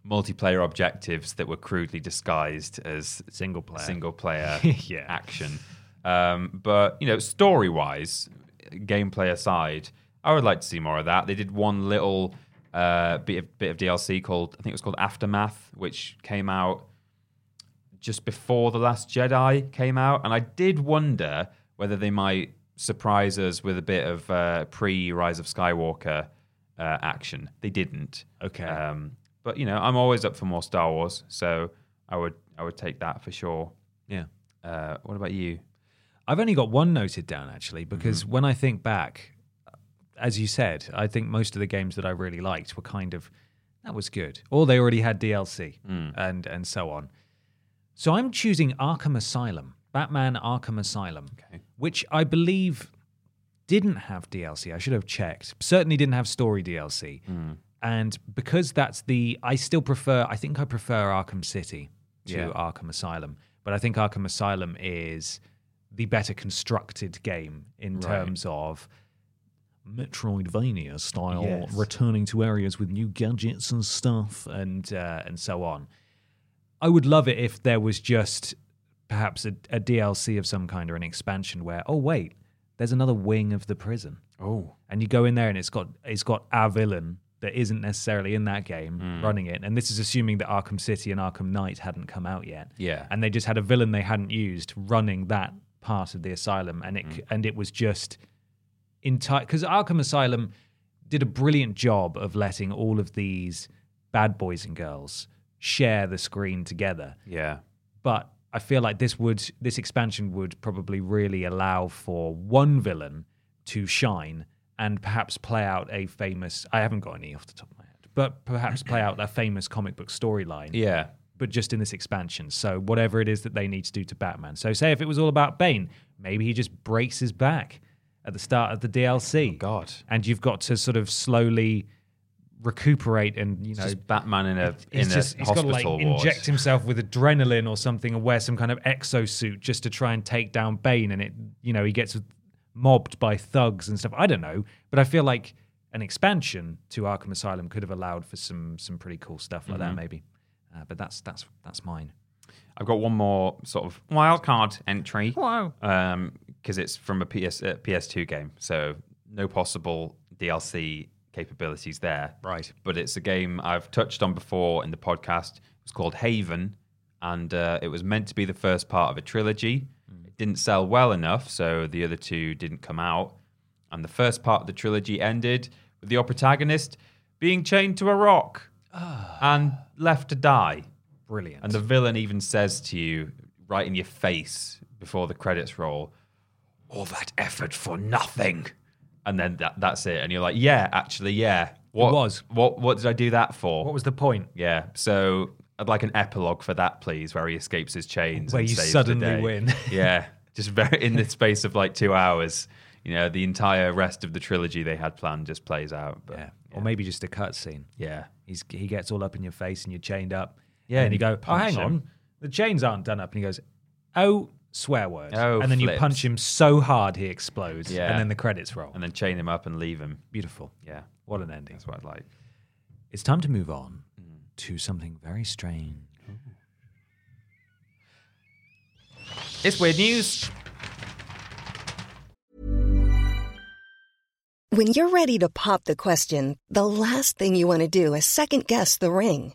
B: multiplayer objectives that were crudely disguised as
A: Single player.
B: single player
A: Yeah.
B: action. Um, but you know, story wise, gameplay aside, I would like to see more of that. They did one little uh, bit of, bit of DLC called I think it was called Aftermath, which came out just before the Last Jedi came out, and I did wonder whether they might surprise us with a bit of uh, pre Rise of Skywalker uh, action. They didn't.
A: Okay.
B: Um, but you know, I'm always up for more Star Wars, so I would I would take that for sure.
A: Yeah.
B: Uh, what about you?
A: I've only got one noted down actually
B: Mm-hmm.
A: because when I think back, as you said, I think most of the games that I really liked were kind of that was good, or they already had DLC
B: Mm.
A: and and so on. So I'm choosing Arkham Asylum, Batman Arkham Asylum,
B: Okay.
A: which I believe didn't have DLC. I should have checked. Certainly didn't have story DLC.
B: Mm.
A: And because that's the, I still prefer. I think I prefer Arkham City to
B: Yeah.
A: Arkham Asylum, but I think Arkham Asylum is the better constructed game in
B: Right.
A: terms of Metroidvania style,
B: Yes.
A: returning to areas with new gadgets and stuff, and uh, and so on. I would love it if there was just perhaps a, a DLC of some kind or an expansion where, oh wait, there's another wing of the prison,
B: Oh,
A: and you go in there and it's got it's got our villain that isn't necessarily in that game running it, and this is assuming that Arkham City and Arkham Knight hadn't come out yet
B: yeah.
A: and they just had a villain they hadn't used running that part of the asylum and it and it was just entire because Arkham Asylum did a brilliant job of letting all of these bad boys and girls share the screen together
B: yeah.
A: but I feel like this would this expansion would probably really allow for one villain to shine and perhaps play out a famous I haven't got any off the top of my head but perhaps play out that famous comic book storyline
B: Yeah.
A: but just in this expansion. So whatever it is that they need to do to Batman. So say if it was all about Bane, maybe he just breaks his back at the start of the DLC,
B: Oh, God.
A: and you've got to sort of slowly recuperate and you
B: It's
A: know.
B: just Batman in a in
A: He's
B: a
A: just he's got to
B: hospital
A: like
B: ward.
A: inject himself with adrenaline or something, and wear some kind of exosuit just to try and take down Bane. And it, you know, he gets mobbed by thugs and stuff. I don't know, but I feel like an expansion to Arkham Asylum could have allowed for some some pretty cool stuff like
B: Mm-hmm.
A: that, maybe. Uh, but that's that's that's mine.
B: I've got one more sort of wild card entry.
A: Wow.
B: Um, because it's from a PS uh, PS2 game, so no possible DLC capabilities there.
A: Right.
B: But it's a game I've touched on before in the podcast. It's called Haven, and uh, it was meant to be the first part of a trilogy. It didn't sell well enough, so the other two didn't come out. And the first part of the trilogy ended with your protagonist being chained to a rock and left to die.
A: Brilliant.
B: And the villain even says to you, right in your face before the credits roll, all that effort for nothing. And then that, that's it. And you're like, yeah, actually, yeah. What
A: was.
B: What, what did I do that for?
A: what was the point
B: yeah. So I'd like an epilogue for that, please, where he escapes his chains.
A: where
B: and
A: you
B: saves the
A: suddenly
B: day.
A: win?
B: yeah. Just very in the space of like two hours, you know, the entire rest of the trilogy they had planned just plays out. But,
A: yeah. Or maybe just a cutscene.
B: yeah.
A: He's he gets all up in your face and you're chained up.
B: Yeah,
A: and then you
B: and you
A: go, oh,
B: punch
A: hang
B: him.
A: on, the chains aren't done up, and he goes, oh, swear word,
B: Oh,
A: and then you
B: flips.
A: punch him so hard he explodes,
B: Yeah.
A: and then the credits roll.
B: And then chain him up and leave him.
A: Beautiful.
B: Yeah.
A: What an ending.
B: That's what Mm. I'd like.
A: It's time to move on to something very strange.
B: It's weird news.
C: When you're ready to pop the question, the last thing you want to do is second guess the ring.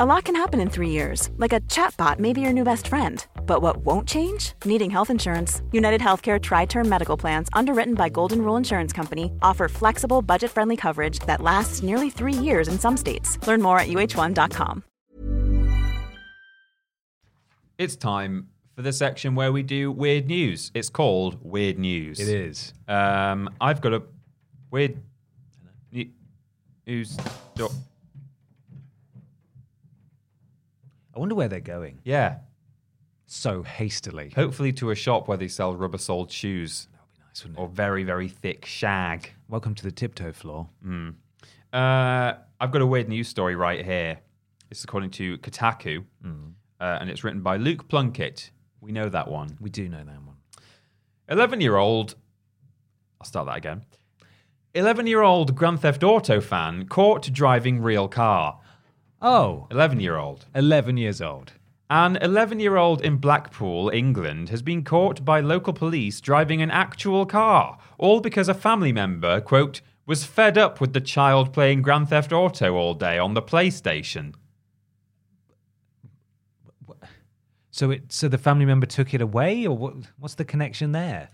D: A lot can happen in three years, like a chatbot may be your new best friend. But what won't change? Needing health insurance. United Healthcare Tri Term Medical Plans, underwritten by Golden Rule Insurance Company, offer flexible, budget friendly coverage that lasts nearly three years in some states. Learn more at uh1.com.
B: It's time for the section where we do weird news. It's called Weird News.
A: It is.
B: Um, I've got a weird ne- news. Do-
A: I wonder where they're going
B: yeah.
A: so hastily.
B: Hopefully to a shop where they sell rubber soled shoes. That would be nice.
A: nice, wouldn't it?
B: or very, very thick shag.
A: Welcome to the tiptoe floor.
B: Uh, I've got a weird news story right here. It's according to Kotaku, uh, and it's written by Luke Plunkett. We know that one.
A: We do know that one.
B: 11 year old. I'll start that again. 11 year old Grand Theft Auto fan caught driving real car.
A: Oh,
B: 11 year old.
A: 11 years old.
B: An 11 year old in Blackpool, England, has been caught by local police driving an actual car, all because a family member, quote, was fed up with the child playing Grand Theft Auto all day on the PlayStation.
A: So it so the family member took it away, or what, what's the connection there?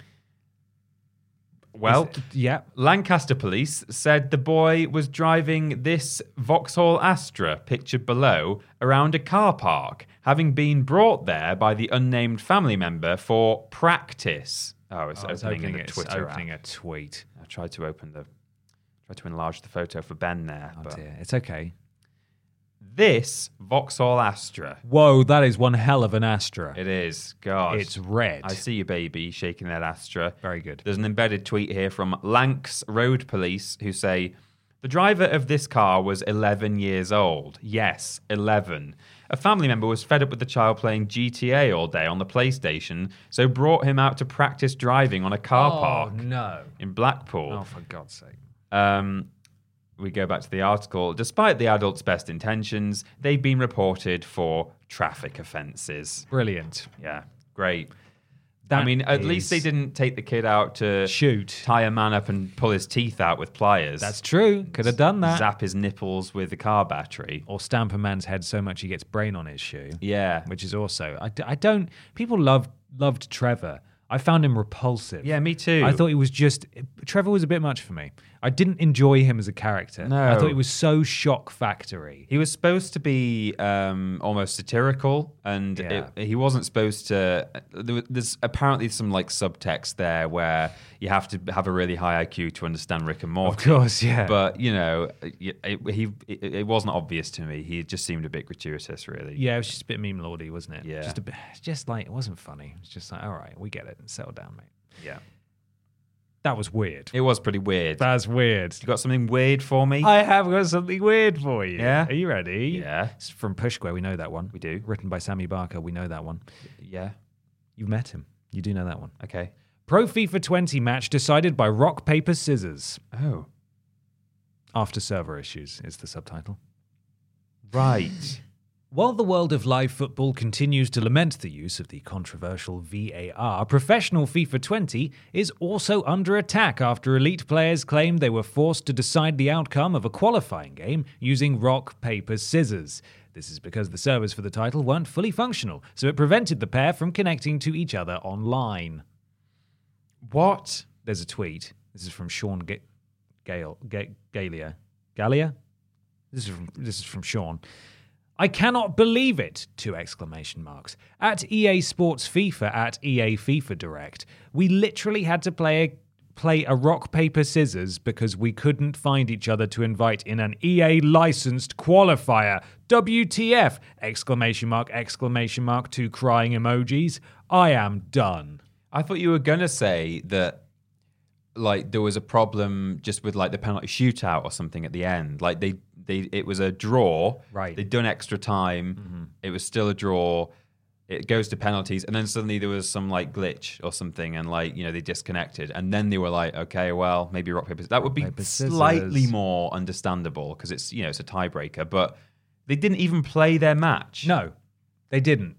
B: Well,
A: Is- yeah.
B: Lancaster police said the boy was driving this Vauxhall Astra, pictured below, around a car park, having been brought there by the unnamed family member for practice. Oh, it's
A: I was
B: opening, in the
A: it's
B: Twitter app.
A: opening a tweet.
B: I tried to open the, tried to enlarge the photo for Ben there,
A: Oh
B: but
A: dear, it's okay.
B: this Vauxhall Astra,
A: Whoa, that is one hell of an Astra.
B: it is God,
A: It's red.
B: I see you, baby, shaking that Astra.
A: Very good.
B: There's an embedded tweet here from Lanx Road Police who say the driver of this car was 11 years old. Yes, 11. A family member was fed up with the child playing GTA all day on the PlayStation, so brought him out to practice driving on a car park
A: no!
B: in Blackpool.
A: Oh, for God's sake!
B: Um, we go back to the article. Despite the adult's best intentions, they've been reported for traffic offences.
A: Brilliant.
B: Yeah, great.
A: That
B: I mean, at least they
A: is-
B: didn't take the kid out to
A: Shoot.
B: tie a man up and pull his teeth out with pliers.
A: That's true. Could have done that.
B: Zap his nipples with a car battery.
A: Or stamp a man's head so much he gets brain on his shoe.
B: Yeah.
A: Which is also I, d- I don't. People love loved Trevor. I found him repulsive.
B: Yeah, me too.
A: I thought he was just Trevor was a bit much for me. I didn't enjoy him as a character.
B: No.
A: I thought he was so shock factory.
B: He was supposed to be um, almost satirical, and
A: Yeah.
B: it, he wasn't supposed to. There, was- there's apparently some like subtext there where you have to have a really high IQ to understand Rick and Morty.
A: Of course, yeah.
B: But you know, it, it, he it, it wasn't obvious to me. He just seemed a bit gratuitous, really.
A: yeah, it was just a bit meme lordy, wasn't it?
B: Yeah.
A: Just a bit, just like it wasn't funny. It's just like, all right, we get it. Settle down, mate.
B: yeah.
A: That was weird.
B: It was pretty weird.
A: That's weird.
B: you got something weird for me?
A: I have got something weird for you.
B: Yeah?
A: Are you ready?
B: Yeah.
A: It's from Push Square. We know that one.
B: We do.
A: Written by Sammy Barker. We know that one.
B: yeah.
A: You've met him. You do know that one.
B: Okay.
A: Pro FIFA 20 match decided by rock, paper, scissors.
B: Oh.
A: After server issues is the subtitle.
B: Right.
A: While the world of live football continues to lament the use of the controversial VAR, professional FIFA 20 is also under attack after elite players claimed they were forced to decide the outcome of a qualifying game using rock, paper, scissors. This is because the servers for the title weren't fully functional, so it prevented the pair from connecting to each other online.
B: what?
A: There's a tweet. This is from Sean Ga- Gale, Ga- Galia. Galia? This is from this is from Sean. I cannot believe it! Two exclamation marks. At EA Sports FIFA at EA FIFA Direct, we literally had to play a play a rock paper scissors because we couldn't find each other to invite in an EA licensed qualifier. WTF! Exclamation mark! Exclamation mark! Two crying emojis. I am done.
B: I thought you were gonna say that, like there was a problem just with like the penalty shootout or something at the end. Like they they it was a draw.
A: Right. Mm-hmm.
B: They'd done extra time. It was still a draw. It goes to penalties, and then suddenly there was some like glitch or something, and like you know they disconnected, and then they were like, okay, well maybe rock paper. That would be
A: paper, scissors.
B: slightly more understandable because it's you know it's a tiebreaker, but they didn't even play their match.
A: No, they didn't.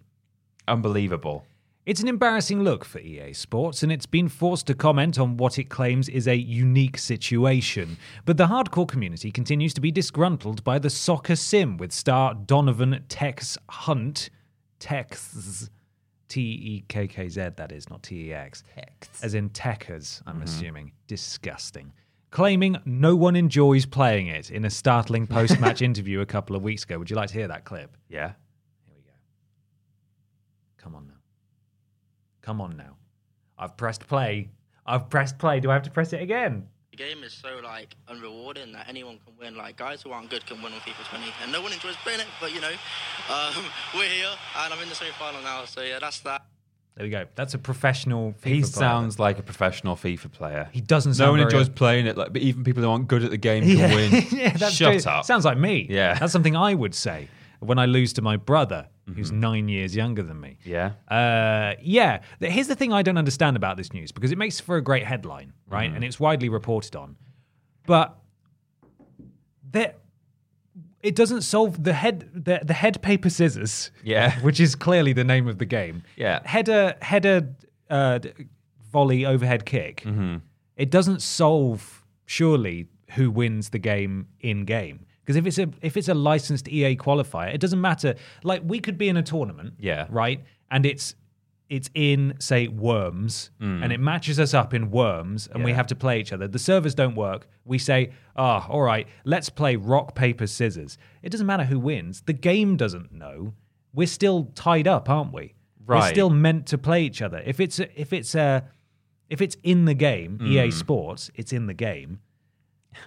B: unbelievable.
A: It's an embarrassing look for EA Sports, and it's been forced to comment on what it claims is a unique situation. But the hardcore community continues to be disgruntled by the soccer sim with star Donovan Tex Hunt, Tex, T E K K Z, that is, not T E X, as in Techers, I'm assuming. Disgusting. Claiming no one enjoys playing it in a startling post match interview a couple of weeks ago. Would you like to hear that clip?
B: Yeah.
A: Come on now. Come on now. I've pressed play. I've pressed play. Do I have to press it again?
E: The game is so like unrewarding that anyone can win. Like guys who aren't good can win on FIFA 20, and no one enjoys playing it. But you know, um, we're here, and I'm in the semi final now. So yeah, that's that.
A: There There we go. That's a professional. FIFA
B: He
A: player.
B: sounds like a professional FIFA player.
A: He doesn't
B: No
A: sound
B: one
A: very-
B: enjoys playing it. Like, but even people who aren't good at the game can win.
A: yeah, that's
B: Shut
A: true.
B: up.
A: Sounds like me.
B: Yeah. Mm-hmm.
A: That's something I would say when I lose to my brother, who's nine years younger than me.
B: yeah.
A: Uh, yeah. Th- Here's the thing I don't understand about this news because it makes for a great headline, right?
B: Mm.
A: And it's widely reported on, but that it doesn't solve the head the, the head paper scissors.
B: Yeah.
A: which is clearly the name of the game.
B: Yeah.
A: header header uh, d- volley overhead kick.
B: Mm-hmm.
A: It doesn't solve surely who wins the game in game. Because if it's a if it's a licensed EA qualifier, it doesn't matter. Like we could be in a tournament,
B: Yeah.
A: right? And it's it's in say Worms, and it matches us up in Worms, and we
B: Hmm. Yeah.
A: have to play each other. The servers don't work. We say, ah, all right, let's play rock paper scissors. It doesn't matter who wins. The game doesn't know. We're still tied up, aren't we? We're
B: Right.
A: still meant to play each other. If it's a, if it's a if it's in the game,
B: Hmm.
A: EA Sports, it's in the game.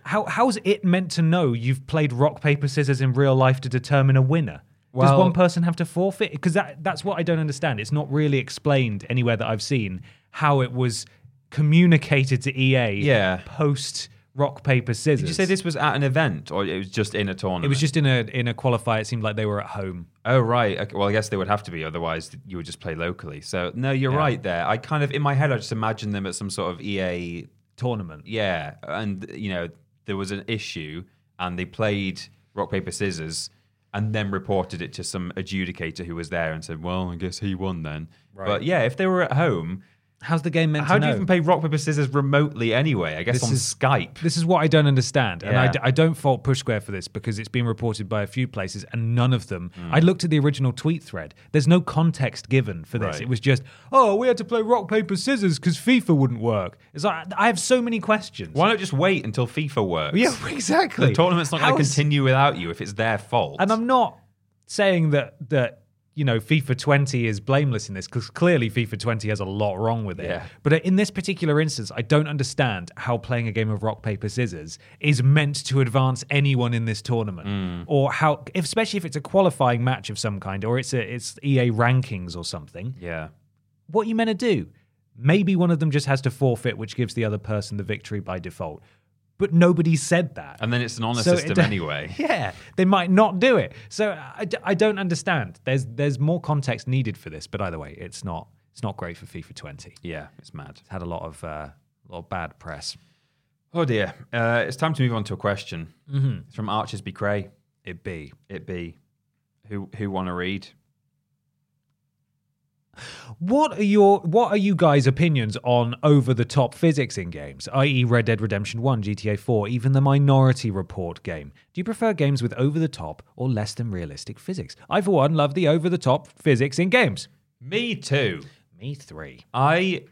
A: How how's it meant to know you've played rock paper scissors in real life to determine a winner? Does
B: Well-
A: one person have to forfeit? Because that that's what I don't understand. It's not really explained anywhere that I've seen how it was communicated to EA.
B: Yeah.
A: Post rock paper scissors.
B: Did you say this was at an event or it was just in a tournament?
A: It was just in a in a qualifier. It seemed like they were at home.
B: Oh right. Okay. Well, I guess they would have to be, otherwise you would just play locally. So no, you're right there. I kind of in my head, I just imagine them at some sort of E EA.
A: Tournament.
B: Yeah, and you know there was an issue, and they played rock paper scissors, and then reported it to some adjudicator who was there and said, "Well, I guess he won then." Right. But yeah, if they were at home,
A: How's the game meant
B: how
A: to
B: do you
A: know?
B: even play rock paper scissors remotely anyway? I guess
A: This
B: on
A: is-
B: Skype.
A: This is what I don't understand. And I,
B: Yeah.
A: d- I don't fault Push Square for this because it's been reported by a few places and none of them.
B: Mm.
A: I looked at the original tweet thread. There's no context given for this.
B: Right.
A: It was just, oh, we had to play rock, paper, scissors because FIFA wouldn't work. It's like, I have so many questions.
B: Why not just wait until FIFA works?
A: Yeah, exactly.
B: The tournament's not going
A: How
B: to
A: is-
B: continue without you if it's their fault.
A: And I'm not saying that that you know FIFA 20 is blameless in this because clearly FIFA 20 has a lot wrong with it.
B: Yeah.
A: But in this particular instance, I don't understand how playing a game of rock paper scissors is meant to advance anyone in this tournament,
B: Mm.
A: or how, especially if it's a qualifying match of some kind, or it's a it's EA rankings or something.
B: Yeah.
A: What are you meant to do? Maybe one of them just has to forfeit, which gives the other person the victory by default. But nobody said that.
B: And then it's an honor
A: So it
B: system
A: do-
B: anyway.
A: Yeah, they might not do it. So I, d- I don't understand. There's there's more context needed for this, but either way, it's not it's not great for FIFA 20. It's
B: Yeah, it's mad.
A: had a lot of uh, lot of bad press.
B: Oh dear. Uh, it's time to move on to a question. Mm-hmm. It's from Archers B. Cray. It be. It be. Who who want to read?
A: What are your what are you guys' opinions on over the top physics in games, i.e., Red Dead Redemption 1, GTA 4, even the Minority Report game? Do you prefer games with over the top or less than realistic physics? I for one love the over the top physics in games.
B: Me too.
A: Me three.
B: I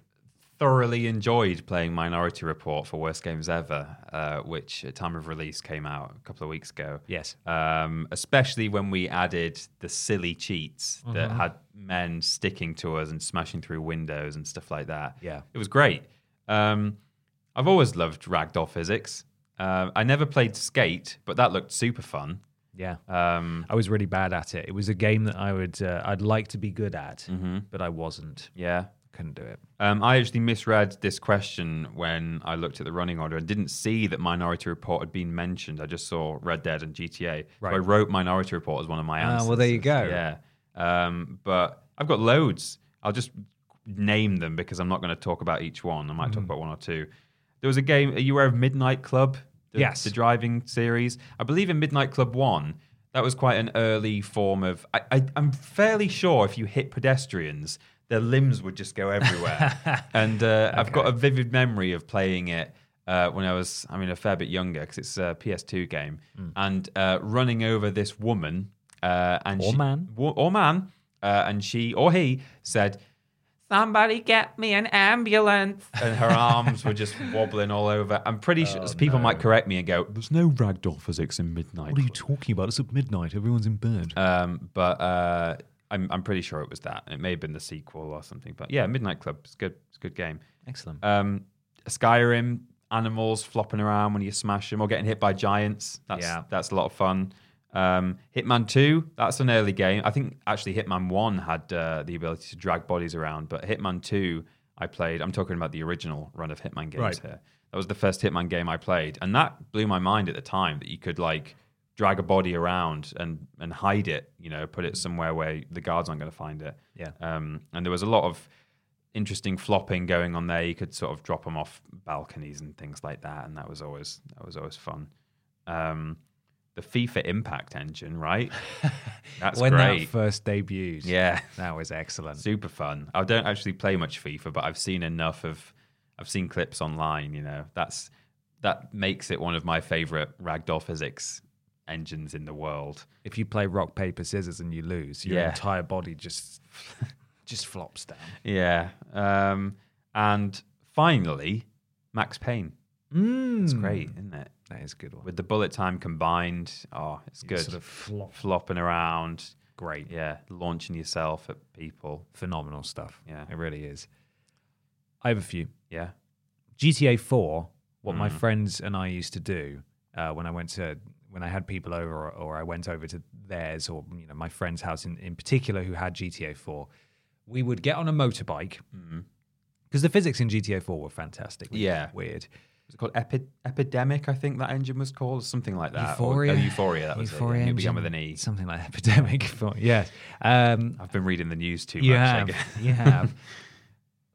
B: thoroughly enjoyed playing Minority Report for Worst Games Ever, uh, which at time of release came out a couple of weeks ago.
A: Yes.
B: um, especially when we added the silly cheats that had men sticking to us and smashing through windows and stuff like that.
A: Yeah.
B: it was great. Um, I've always loved ragdoll physics. Um I never played skate, but that looked super fun.
A: Yeah.
B: Um,
A: I was really bad at it. It was a game that I would uh, I'd like to be good at, but I wasn't.
B: Mm-hmm. yeah,
A: Couldn't do it.
B: Um, I actually misread this question when I looked at the running order and didn't see that Minority Report had been mentioned. I just saw Red Dead and GTA.
A: Right.
B: So I wrote Minority Report as one of my
A: Ah,
B: answers.
A: well, there you go.
B: Yeah. Um, but I've got loads. I'll just name them because I'm not going to talk about each one. I might talk about one or two. There was a game, are you aware of Midnight Club? The,
A: Yes.
B: The driving series. I believe in Midnight Club 1, that was quite an early form of. I, I, I'm fairly sure if you hit pedestrians, their limbs would just go everywhere. and uh, I've got a vivid memory of playing it. Uh, when I was, I mean, a fair bit younger because it's a PS2 game,
A: Hmm.
B: and uh, running over this woman, uh, and
A: Or
B: she-
A: man.
B: wo- or man, uh, and she or he said, Somebody get me an ambulance. And her arms were just wobbling all over. I'm pretty
A: Oh,
B: sure people might correct me and go, There's no ragdoll physics in Midnight. Club."
A: talking about? It's at midnight. Everyone's in bed.
B: Um, but uh, I'm, I'm pretty sure it was that. It may have been the sequel or something. But yeah, Midnight Club. It's good. It's a good game.
A: Excellent.
B: Um, Skyrim, animals flopping around when you smash them or getting hit by giants. That's,
A: Yeah.
B: that's a lot of fun. Um, Hitman 2, that's an early game. I think actually Hitman 1 had uh, the ability to drag bodies around, but Hitman 2 I played, I'm talking about the original run of Hitman games
A: Right.
B: here. That was the first Hitman game I played, and that blew my mind at the time that you could like drag a body around and and hide it, you know, put it somewhere where the guards aren't going to find it.
A: Yeah.
B: Um, and there was a lot of interesting flopping going on there. You could sort of drop them off balconies and things like that, and that was always that was always fun. Um, the FIFA Impact engine, right? That's
A: when
B: great.
A: that first debuted.
B: yeah,
A: That was excellent.
B: super fun. I don't actually play much FIFA, but I've seen enough of. I've seen clips online. You know, that's that makes it one of my favorite ragdoll physics engines in the world.
A: If you play rock, paper, scissors and you lose, your
B: Yeah.
A: entire body just just flops down.
B: Yeah. Um, and finally, Max Payne. It's
A: Hmm.
B: great, isn't
A: Mm.
B: it?
A: That is a good one.
B: With the bullet time combined, oh, it's good.
A: Sort of flop.
B: flopping around,
A: Great.
B: yeah, launching yourself at people.
A: Phenomenal stuff.
B: Yeah.
A: It really is. I have a few.
B: Yeah.
A: GTA 4, what
B: Mm.
A: my friends and I used to do uh, when I went to when I had people over or, or I went over to theirs or you know my friend's house in, in particular who had GTA 4, we would get on a motorbike because the physics in GTA 4 were fantastic. which is
B: Mm-hmm. Yeah.
A: weird.
B: Was it called Epi- Epidemic? I think that engine was called something like that. Or-
A: Euphoria,
B: oh, Euphoria. That was
A: Euphoria
B: it. It began with an
A: engine,
B: E.
A: something like epidemic. For, yes, um,
B: I've been reading the news too
A: you
B: much. I
A: have,
B: guess.
A: you have.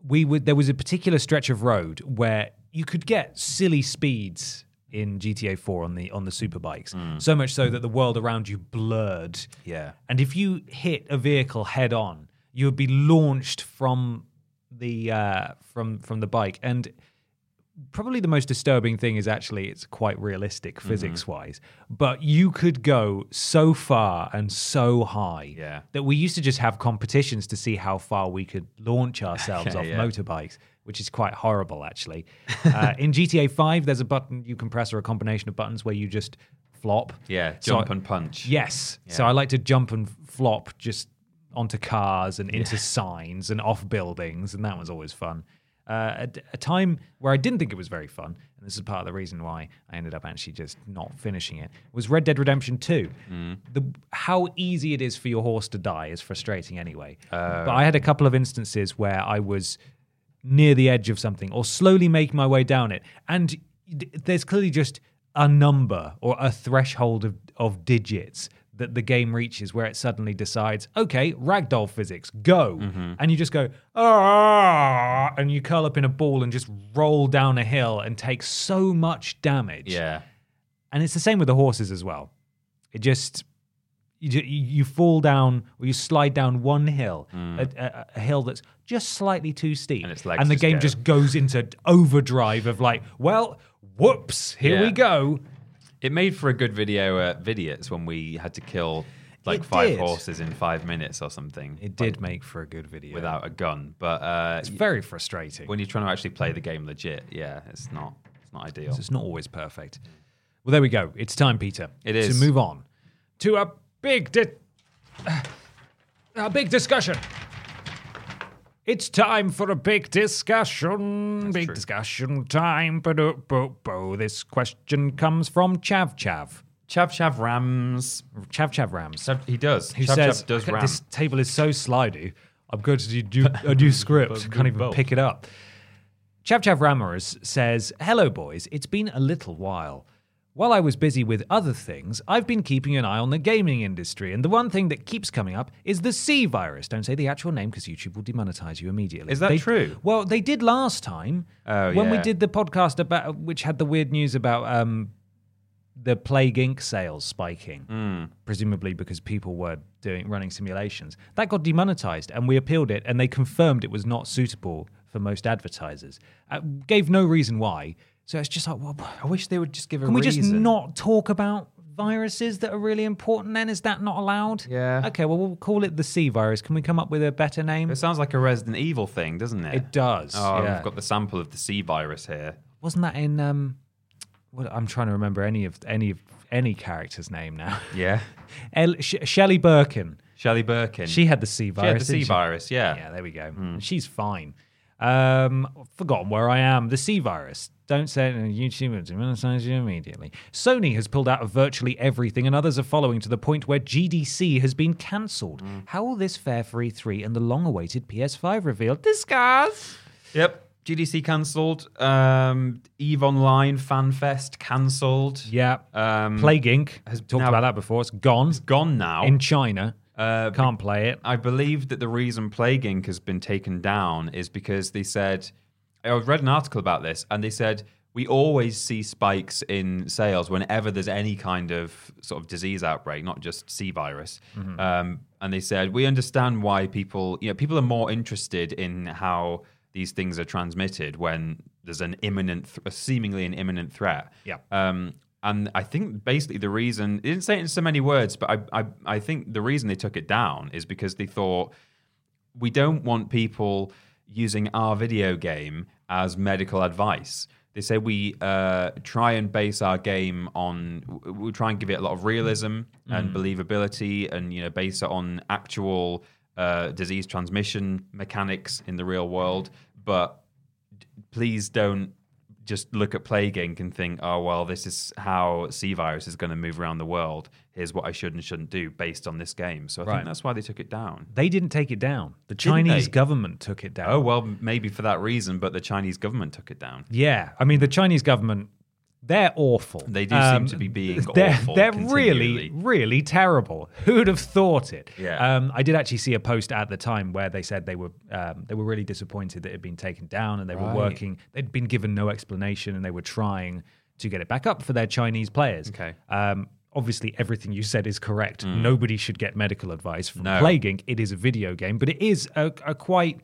A: We would. There was a particular stretch of road where you could get silly speeds in GTA 4 on the on the superbikes. So much so that the world around you blurred.
B: Mm. Yeah.
A: And if you hit a vehicle head on, you would be launched from the uh, from from the bike. And probably the most disturbing thing is actually it's quite realistic
B: Mm-hmm.
A: physics wise, but you could go so far and so high
B: Yeah.
A: that we used to just have competitions to see how far we could launch ourselves off
B: yeah.
A: motorbikes. Which is quite horrible, actually. uh, in GTA 5, there's a button you can press or a combination of buttons where you just flop.
B: Yeah.
A: So-
B: Jump and punch.
A: Yes. So I like to jump and flop just onto cars and into signs and off buildings, and that was always fun. Uh, a, d- a time where I didn't think it was very fun, and this is part of the reason why I ended up actually just not finishing it, was Red Dead Redemption 2. The, how easy it is for your horse to die is frustrating anyway. but I had a couple of instances where I was near the edge of something or slowly make my way down it. And d- there's clearly just a number or a threshold of, of digits that the game reaches where it suddenly decides, okay, ragdoll physics, go. And you just go, ah, and you curl up in a ball and just roll down a hill and take so much damage.
B: Yeah.
A: And it's the same with the horses as well. It just you, ju- you fall down or you slide down one hill, a, a, a hill that's just slightly too steep,
B: Mm. And its legs
A: the
B: just
A: game
B: go.
A: just goes into overdrive of like, well, whoops, here we
B: Yeah.
A: go.
B: It made for a good video at Vidiots when we had to kill like
A: It
B: five
A: did.
B: horses in five minutes or something.
A: It did make for a good video.
B: Without a gun. But uh,
A: it's very frustrating.
B: when you're trying to actually play the game legit, yeah, it's not it's not ideal.
A: It's not always perfect. Well, there we go. It's time, Peter.
B: It is.
A: to move on to a big, di- a big discussion. It's time for a big discussion. big
B: true.
A: discussion time. Ba-do-bo-bo. This question comes from Chav Chav.
B: Chav Chav Rams.
A: Chav Chav Rams.
B: Chav- he does.
A: who
B: Chav
A: says
B: Chav does
A: "Okay,
B: ram.
A: this table is so slidey. I'm going to do a new script. Can't even pick it up. Chav Chav Ramirez says, "Hello, boys. It's been a little while. While I was busy with other things, I've been keeping an eye on the gaming industry, and the one thing that keeps coming up is the C virus. Don't say the actual name because YouTube will demonetize you immediately.
B: Is that
A: They-
B: true?
A: Well, they did last time
B: Oh,
A: when we
B: yeah.
A: did the podcast about which had the weird news about um, the Plague Inc. sales spiking, presumably because people were doing running simulations. That got demonetized, and we appealed it, and they confirmed it was not suitable for most advertisers. Uh, gave no reason why. So it's just like, well,
B: I wish they would just give a
A: can we
B: reason.
A: just not talk about viruses that are really important? Then is that not allowed?
B: Yeah.
A: Okay. Well, we'll call it the C virus. Can we come up with a better name?
B: It sounds like a Resident Evil thing, doesn't it?
A: It does.
B: Oh,
A: yeah.
B: we've got the sample of the C virus here.
A: wasn't that in um what I'm trying to remember any of any of any character's name now.
B: Yeah.
A: El, Sh- Shelley Birkin.
B: Shelley Birkin.
A: She had the C
B: She had
A: virus.
B: the C
A: didn't she?
B: virus, yeah. Hmm.
A: Yeah, there we go. She's fine. Um, I've forgotten where I am. The C virus. Don't say it on YouTube. It demonetize you immediately. Sony has pulled out of virtually everything, and others are following to the point where GDC has been cancelled.
B: Hmm.
A: How will this fare for E3 and the long-awaited PS5 reveal? Discuss.
B: Yep. GDC cancelled. Um, Eve Online Fan Fest cancelled.
A: Yeah.
B: Um,
A: Plague Inc. has
B: has
A: talked
B: now-
A: about that before. It's gone
B: gone now.
A: in China.
B: Uh,
A: Can't play it.
B: I believe that the reason Plague Inc. has been taken down is because they said, I read an article about this, and they said, we always see spikes in sales whenever there's any kind of sort of disease outbreak, not just C virus. Um, and they said, we understand why people, you know, people are more interested in how these things are transmitted when there's an imminent, th- a seemingly an imminent threat.
A: Yeah.
B: Um, and I think basically the reason they didn't say it in so many words, but I, I I think the reason they took it down is because they thought we don't want people using our video game as medical advice. They say we uh, try and base our game on w- we try and give it a lot of realism and believability, and you know base it on actual uh, disease transmission mechanics in the real world, but please don't just look at Plague Inc. and think, oh, well, this is how C virus is going to move around the world. Here's what I should and shouldn't do based on this game. So I
A: Right.
B: think that's why they took it down.
A: They didn't take it down. The
B: Didn't
A: Chinese
B: they?
A: government took it down.
B: Oh, well, maybe for that reason, but the Chinese government took it down.
A: Yeah, I mean the Chinese government, they're awful. Um,
B: They do seem to be being
A: they're,
B: awful
A: They're really,
B: continually.
A: really terrible. Who'd have thought it?
B: Yeah.
A: Um, I did actually see a post at the time where they said they were um, they were really disappointed that it had been taken down, and they were
B: Right.
A: working. They'd been given no explanation, and they were trying to get it back up for their Chinese players.
B: Okay. Mm.
A: Um, obviously, everything you said is correct. Nobody should get medical advice from
B: No.
A: Plague Inc. It is a video game, but it is a, a quite.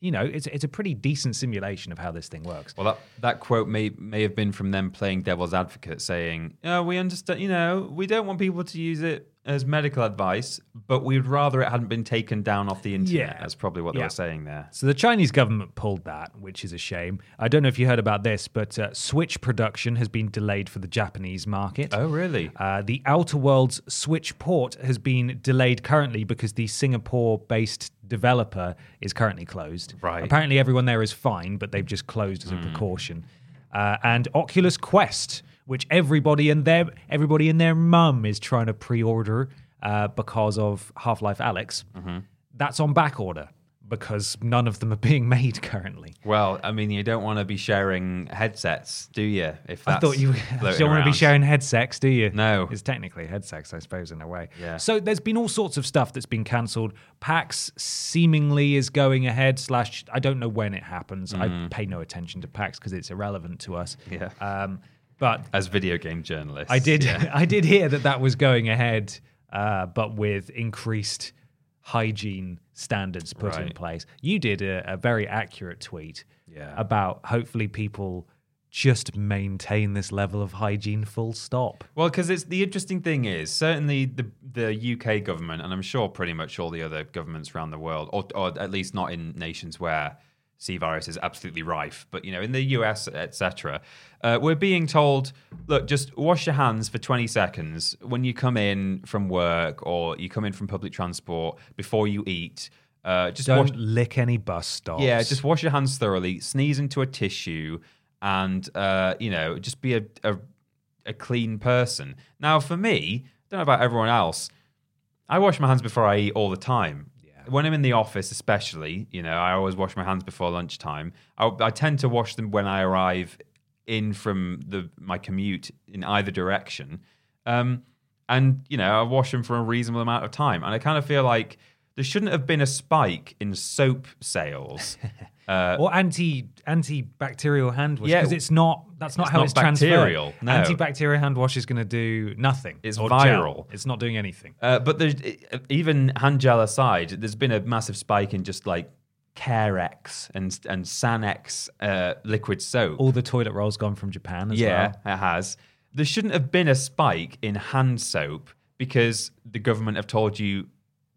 A: You know, it's it's a pretty decent simulation of how this thing works.
B: Well, that, that quote may may have been from them playing devil's advocate, saying, oh, "We understand, you know, we don't want people to use it as medical advice, but we'd rather it hadn't been taken down off the internet."
A: Yeah.
B: That's probably what they
A: Yeah.
B: were saying there.
A: So the Chinese government pulled that, which is a shame. I don't know if you heard about this, but uh, Switch production has been delayed for the Japanese market.
B: Oh, really?
A: Uh, the Outer Worlds Switch port has been delayed currently because the Singapore based developer is currently closed.
B: Right. Hmm.
A: Apparently, everyone there is fine, but they've just closed as a precaution. Uh, and Oculus Quest, which everybody and their everybody and their mum is trying to pre-order uh, because of Half Life Alex,
B: Mm-hmm.
A: that's on back order because none of them are being made currently.
B: Well, I mean, you don't want to be sharing headsets, do you? If
A: I
B: that's
A: thought you, you
B: floating
A: don't want to be
B: around.
A: sharing head sex, do you?
B: No.
A: It's technically head sex, I suppose, in a way.
B: Yeah.
A: So there's been all sorts of stuff that's been cancelled. PAX seemingly is going ahead, slash, I don't know when it happens. I pay no attention to PAX because it's irrelevant to us.
B: Mm. Yeah.
A: Um, but
B: as video game journalists.
A: I did,
B: yeah.
A: I did hear that that was going ahead, uh, but with increased hygiene standards put in
B: Right.
A: place. You did a, a very accurate tweet
B: Yeah.
A: about hopefully people just maintain this level of hygiene. Full stop.
B: Well, because it's the interesting thing is certainly the the UK government, and I'm sure pretty much all the other governments around the world, or, or at least not in nations where C virus is absolutely rife, but you know in the US, etc. Uh, we're being told, look, just wash your hands for 20 seconds when you come in from work or you come in from public transport before you eat. Uh, just
A: Don't
B: wash,
A: lick any bus stops.
B: Yeah, just wash your hands thoroughly, sneeze into a tissue, and uh, you know, just be a, a a clean person. Now, for me, don't know about everyone else. I wash my hands before I eat all the time. When I'm in the office, especially, you know, I always wash my hands before lunchtime. I, I tend to wash them when I arrive in from the my commute in either direction, um, and you know, I wash them for a reasonable amount of time. And I kind of feel like there shouldn't have been a spike in soap sales. uh,
A: or anti antibacterial hand wash
B: Yeah.
A: because it's not that's not
B: It's
A: how
B: not
A: it's
B: bacterial,
A: transferred.
B: no.
A: Antibacterial hand wash is going to do nothing.
B: It's
A: gel.
B: viral.
A: It's not doing anything.
B: Uh, but there's even hand gel aside, there's been a massive spike in just like Carex and and Sanex uh, liquid soap.
A: All the toilet rolls gone from Japan as
B: yeah,
A: well.
B: it has. There shouldn't have been a spike in hand soap because the government have told you,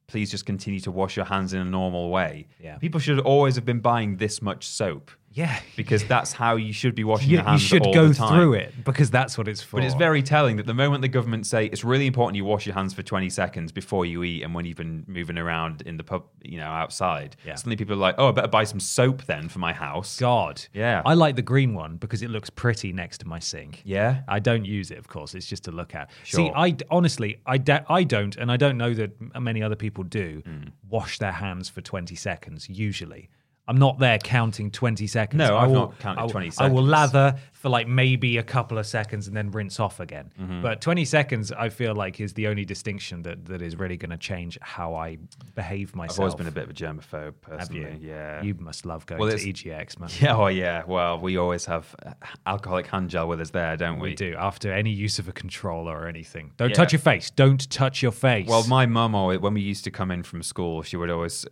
B: please just continue to wash your hands in a normal way.
A: Yeah.
B: People should always have been buying this much soap.
A: Yeah.
B: because that's how you should be washing
A: You,
B: your
A: you
B: hands.
A: should
B: all
A: go
B: the time.
A: through it because that's what it's for.
B: But it's very telling that the moment the government say it's really important you wash your hands for 20 seconds before you eat and when you've been moving around in the pub, you know, outside,
A: Yeah.
B: suddenly people are like, oh, I better buy some soap then for my house.
A: God.
B: Yeah.
A: I like the green one because it looks pretty next to my sink.
B: Yeah.
A: I don't use it, of course. It's just to look at. See,
B: Sure.
A: I d- honestly, I, de- I don't, and I don't know that m- many other people do,
B: Hmm.
A: wash their hands for 20 seconds, usually. I'm not there counting 20 seconds.
B: No,
A: I
B: I've
A: will,
B: not counted
A: I will-
B: 20
A: I will
B: seconds.
A: lather for like maybe a couple of seconds and then rinse off again.
B: Mm-hmm.
A: But 20 seconds, I feel like, is the only distinction that, that is really going to change how I behave myself.
B: I've always been a bit of a germaphobe
A: Have
B: personally.
A: you?
B: Yeah.
A: You must love going
B: Well,
A: to
B: it's-
A: EGX, man.
B: Yeah, oh yeah. Well, we always have uh, alcoholic hand gel with us there, don't we?
A: We do after any use of a controller or anything. Don't
B: Yeah.
A: touch your face. Don't touch your face.
B: Well, my mum always, when we used to come in from school, she would always,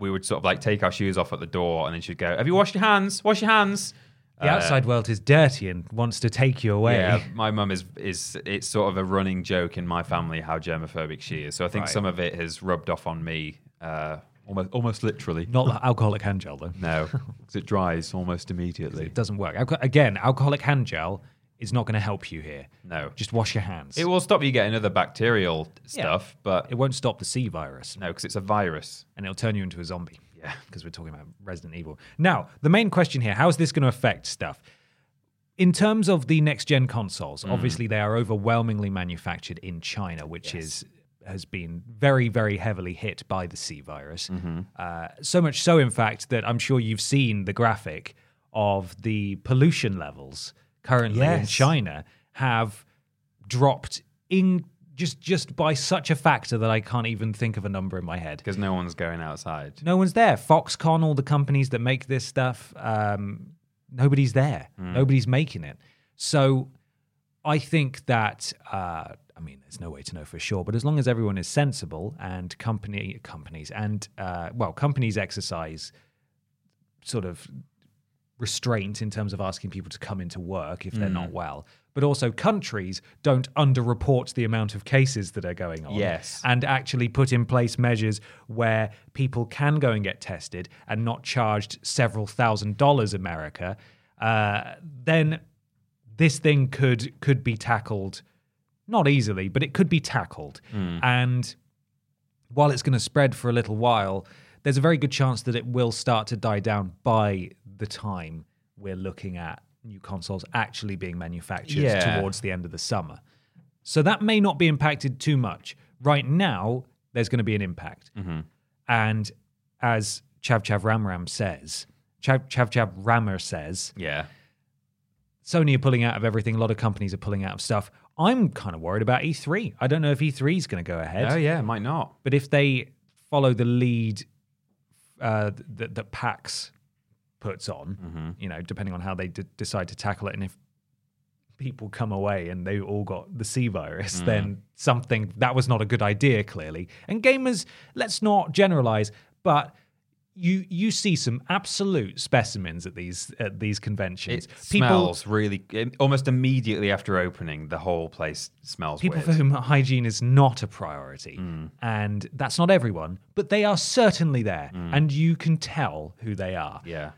B: we would sort of like take our shoes off at the door, and then she'd go, "Have you washed your hands? Wash your hands."
A: the outside world is dirty and wants to take you away.
B: uh, Yeah, my mum is is it's sort of a running joke in my family how germophobic she is. So I think
A: Right.
B: some of it has rubbed off on me, uh, almost almost literally.
A: Not the alcoholic hand gel though.
B: no, 'cause it dries almost immediately.
A: It doesn't work. Alco- again, alcoholic hand gel is not going to help you here.
B: No,
A: Just wash your hands.
B: it will stop you getting other bacterial
A: Yeah.
B: stuff, but
A: It won't stop the C virus.
B: no, because it's a virus.
A: and it'll turn you into a zombie. Yeah. Because we're talking about Resident Evil. Now, the main question here how is this going to affect stuff? In terms of the next gen consoles, obviously they are overwhelmingly manufactured in China, which is has been very, very heavily hit by the C virus. Uh, so much so, in fact, that I'm sure you've seen the graphic of the pollution levels currently in
B: Yes.
A: China have dropped in just just by such a factor that I can't even think of a number in my head.
B: Because no one's going outside.
A: No one's there. Foxconn, all the companies that make this stuff, um, nobody's there. Nobody's making it. So I think that uh, I mean, there's no way to know for sure, but as long as everyone is sensible and company companies and uh, well, companies exercise sort of restraint in terms of asking people to come into work if they're not well. But also, countries don't underreport the amount of cases that are going on.
B: Yes.
A: And actually put in place measures where people can go and get tested and not charged several thousand dollars, America. Uh, then this thing could could be tackled not easily but it could be tackled and while it's going to spread for a little while there's a very good chance that it will start to die down by the time we're looking at new consoles actually being manufactured
B: Yeah.
A: towards the end of the summer so that may not be impacted too much right now there's going to be an impact and as chav chav ram ram says chav chav chav rammer says
B: Yeah.
A: Sony are pulling out of everything. A lot of companies are pulling out of stuff. I'm kind of worried about E3. I don't know if E3 is going to go ahead.
B: Oh yeah, might not.
A: But if they follow the lead uh, that, that PAX puts on,
B: Mm-hmm.
A: you know, depending on how they d- decide to tackle it, and if people come away and they all got the C
B: Mm.
A: virus, then something that was not a good idea, clearly. And gamers, let's not generalize, but. You, you see some absolute specimens at these at these conventions.
B: It smells really it- almost immediately after opening. The whole place smells
A: people
B: weird.
A: for whom hygiene is not a priority and that's not everyone but they are certainly there and you can tell who they are
B: yeah,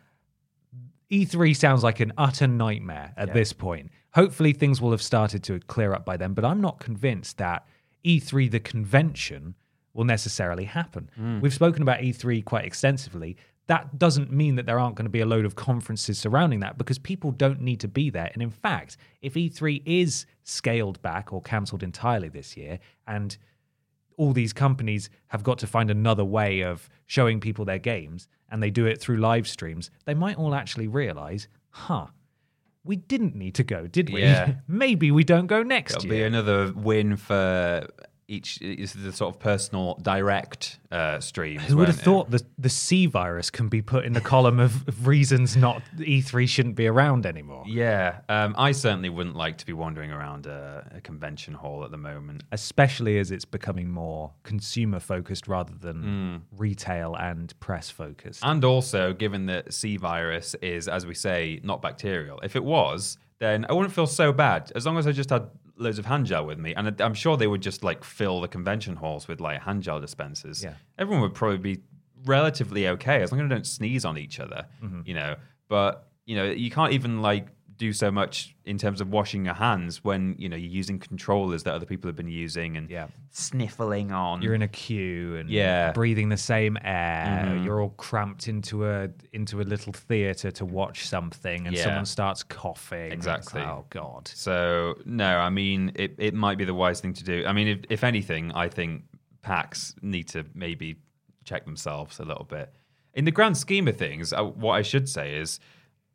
A: e3 E sounds like an utter nightmare at this point hopefully things will have started to clear up by then but i'm not convinced that e3 the convention will necessarily happen we've spoken about e3 quite extensively that doesn't mean that there aren't going to be a load of conferences surrounding that because people don't need to be there. And in fact, if E3 is scaled back or cancelled entirely this year and all these companies have got to find another way of showing people their games and they do it through live streams, they might all actually realize, huh, we didn't need to go, did we?
B: Yeah.
A: Maybe we don't go next
B: it'll be
A: year.
B: another win for each. Is the sort of personal direct uh, streams.
A: Who would have
B: won't
A: thought
B: it?
A: that the C virus can be put in the column of of reasons not E3 shouldn't be around anymore?
B: Yeah, um, I certainly wouldn't like to be wandering around a, a convention hall at the moment.
A: especially as it's becoming more consumer focused rather than
B: Mm.
A: retail and press focused.
B: And also, given that C virus is, as we say, not bacterial, if it was, then I wouldn't feel so bad as long as I just had loads of hand gel with me. And I- I'm sure they would just like fill the convention halls with like hand gel dispensers.
A: Yeah. Mm-hmm.
B: Everyone would probably be relatively okay as long as I don't sneeze on each other, you know. But you know, you can't even like do so much in terms of washing your hands when you know you're using controllers that other people have been using and
A: Yeah.
B: sniffling on.
A: You're in a queue and
B: Mm-hmm. Yeah. Mm-hmm.
A: breathing the same air. You're all cramped into a into a little theater to watch something, and
B: Yeah.
A: someone starts coughing. It's like,
B: Exactly.
A: oh God.
B: So no, I mean it, it might be the wise thing to do. I mean, if, if anything, I think PAX need to maybe check themselves a little bit. In the grand scheme of things, uh, what I should say is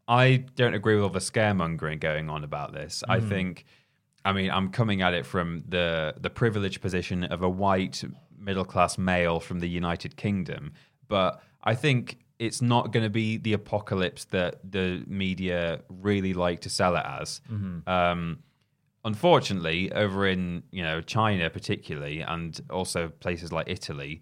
B: I don't agree with all the scaremongering going on about this. I think, I mean, I'm coming at it from the the privileged position of a white middle class male from the United Kingdom, but I think it's not going to be the apocalypse that the media really like to sell it as. Um, unfortunately, over in you know China particularly, and also places like Italy,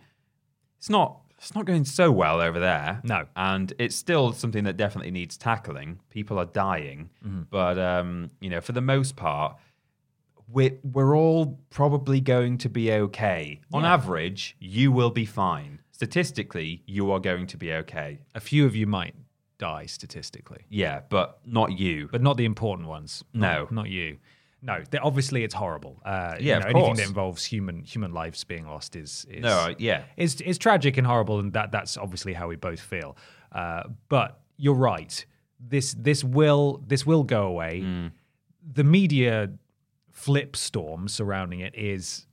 B: it's not it's not going so well over there.
A: No.
B: and it's still something that definitely needs tackling. People are dying, but um, you know, for the most part, we're we're all probably going to be okay. On average, you will be fine. Statistically, you are going to be okay.
A: A few of you might die statistically,
B: Yeah, but not you.
A: but not the important ones.
B: No.
A: not, not you. No, they- obviously it's horrible. Uh, you
B: Yeah,
A: know,
B: of
A: anything that
B: course.
A: involves human human lives being lost is, is
B: no, yeah.
A: It's it's tragic and horrible, and that that's obviously how we both feel. Uh, but you're right. This this will this will go away. The media flip storm surrounding it is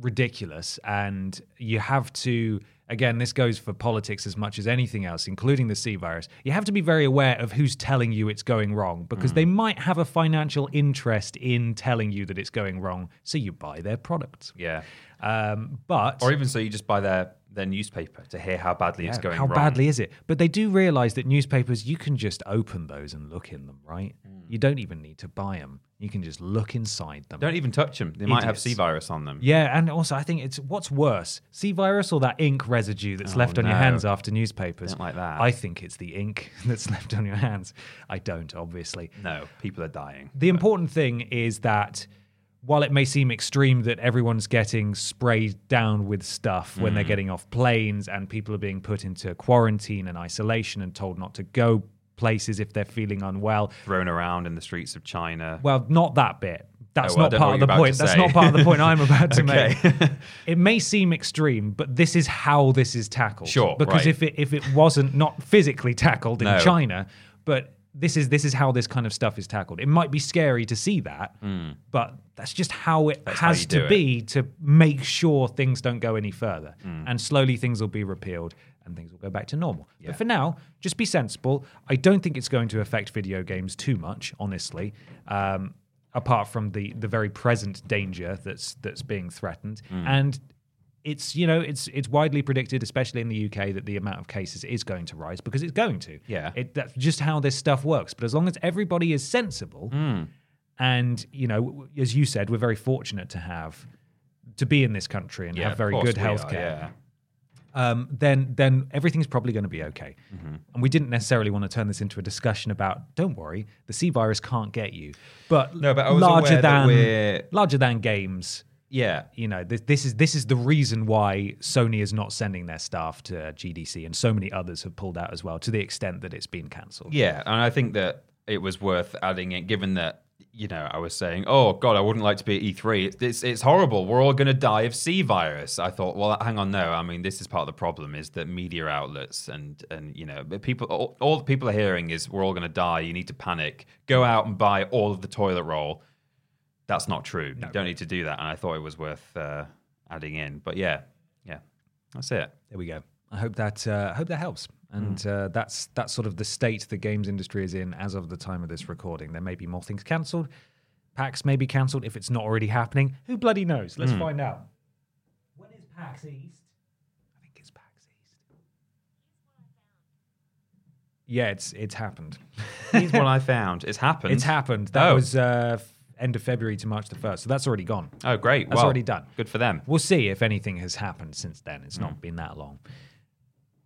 A: ridiculous, and you have to. Again, this goes for politics as much as anything else, including the C virus. You have to be very aware of who's telling you it's going wrong because they might have a financial interest in telling you that it's going wrong, so you buy their product.
B: Yeah.
A: Um, but
B: Or even so, you just buy their their newspaper to hear how badly it's
A: Yeah,
B: going.
A: How
B: wrong.
A: badly is it? But they do realize that newspapers, you can just open those and look in them, right?
B: Hmm.
A: You don't even need to buy them. You can just look inside them.
B: Don't even touch them. They might have
A: Idiots.
B: C virus on them.
A: yeah, and also I think it's what's worse, C virus or that ink residue that's
B: Oh,
A: left on your
B: no.
A: hands after newspapers.
B: Don't like that.
A: I think it's the ink that's left on your hands. I don't, obviously.
B: No, people are dying.
A: The important thing is that while it may seem extreme that everyone's getting sprayed down with stuff when
B: Mm.
A: they're getting off planes and people are being put into quarantine and isolation and told not to go places if they're feeling unwell,
B: Thrown around in the streets of China.
A: well, not that bit. That's
B: Oh, well, I
A: not
B: don't know
A: part
B: what
A: of
B: you're
A: the
B: about
A: point.
B: to
A: That's
B: say.
A: not part of the point I'm about to
B: Okay.
A: make. It may seem extreme, but this is how this is tackled.
B: Sure,
A: Because
B: right.
A: if it if it wasn't not physically tackled in
B: No.
A: China, but this is this is how this kind of stuff is tackled. It might be scary to see that,
B: Mm.
A: but that's just how it
B: That's how
A: has
B: you do
A: to
B: it.
A: be to make sure things don't go any further.
B: Mm.
A: And slowly things will be repealed and things will go back to normal. But for now, just be sensible. I don't think it's going to affect video games too much, honestly. Um, apart from the the very present danger that's that's being threatened
B: Mm.
A: and it's you know it's it's widely predicted especially in the UK that the amount of cases is going to rise because it's going to
B: Yeah.
A: it, that's just how this stuff works but as long as everybody is sensible and you know w- w- as you said we're very fortunate to have to be in this country and
B: Yeah,
A: have
B: of
A: very
B: course
A: good
B: we are,
A: healthcare
B: yeah.
A: um, then then everything's probably going to be okay.
B: Mm-hmm.
A: And we didn't necessarily want to turn this into a discussion about. Don't worry, the C virus can't get you. But
B: No, but I was
A: larger
B: aware that
A: than
B: we're-
A: larger than games.
B: Yeah.
A: You know, this, this is this is the reason why Sony is not sending their staff to GDC, and so many others have pulled out as well, to the extent that it's been cancelled.
B: Yeah, and I think that it was worth adding it, given that you know I was saying, "Oh God, I wouldn't like to be at E3. It's it's, it's horrible. We're all going to die of C virus." I thought, well, hang on, no. I mean, this is part of the problem is that media outlets and and you know but people all, all the people are hearing is we're all going to die. You need to panic. Go out and buy all of the toilet roll. That's not true. You don't need to do that. And I thought it was worth uh, adding in. But yeah, yeah, that's it.
A: There we go. I hope that uh, I hope that helps.
B: Hmm.
A: And uh, that's that's sort of the state the games industry is in as of the time of this recording. There may be more things cancelled. PAX may be cancelled if it's not already happening. Who bloody knows?
B: Hmm.
A: Let's find out. When is PAX East? I think it's PAX East. Yeah, it's it's happened.
B: Here's what I found. It's happened.
A: It's happened. That
B: Oh.
A: was uh, f- end of February to March the first. So that's already gone.
B: Oh, great.
A: That's
B: well,
A: already done.
B: Good for them.
A: We'll see if anything has happened since then. It's
B: Mm.
A: not been that long.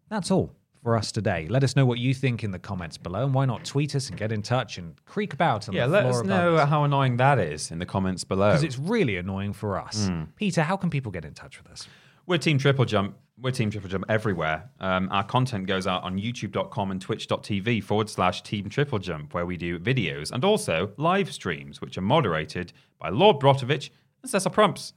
A: That's all for us today. Let us know what you think in the comments below, and why not tweet us and get in touch and creak about on
B: Yeah,
A: the
B: let
A: floor
B: us
A: of
B: know how annoying that is in the comments below. Mm.
A: because it's really annoying for us. Peter, how can people get in touch with us?
B: We're Team Triple Jump. We're Team Triple Jump everywhere. Um, our content goes out on youtube.com and twitch.tv forward slash Team Triple Jump, where we do videos and also live streams, which are moderated by Lord Brotovich and Cesar Prumps.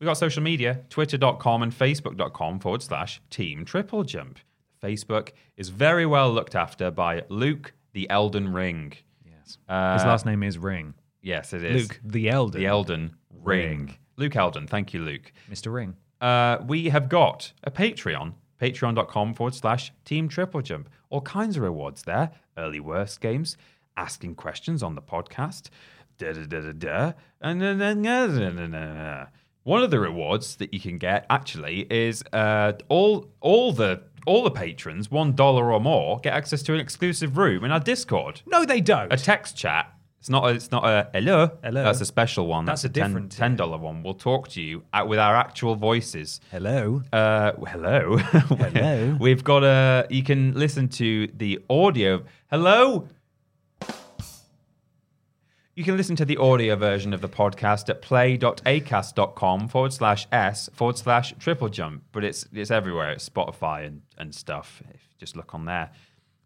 B: We've got social media, twitter.com and facebook.com forward slash Team Triple Jump. Facebook is very well looked after by Luke the Elden Ring.
A: Yes.
B: Uh,
A: His last name is Ring.
B: Yes, it is.
A: Luke the Elden.
B: The Elden Ring.
A: Ring.
B: Luke Elden. Thank you, Luke.
A: Mr. Ring.
B: Uh, we have got a Patreon, patreon.com forward slash team triple jump. All kinds of rewards there. Early worst games, asking questions on the podcast. Da da da da da. And then- then- then- then- then- then. One of the rewards that you can get actually is uh, all all the all the patrons, one dollar or more, get access to an exclusive room in our Discord.
A: No, they don't.
B: A text chat. It's not. A, it's not a hello.
A: Hello.
B: That's a special one.
A: That's a
B: ten-
A: different-
B: ten dollar one. We'll talk to you at, with our actual voices.
A: Hello.
B: Uh, hello.
A: Hello.
B: We've got a. You can listen to the audio. Hello. You can listen to the audio version of the podcast at play.acast.com forward slash s forward slash triple jump. But it's it's everywhere. It's Spotify and, and stuff. If you just look on there.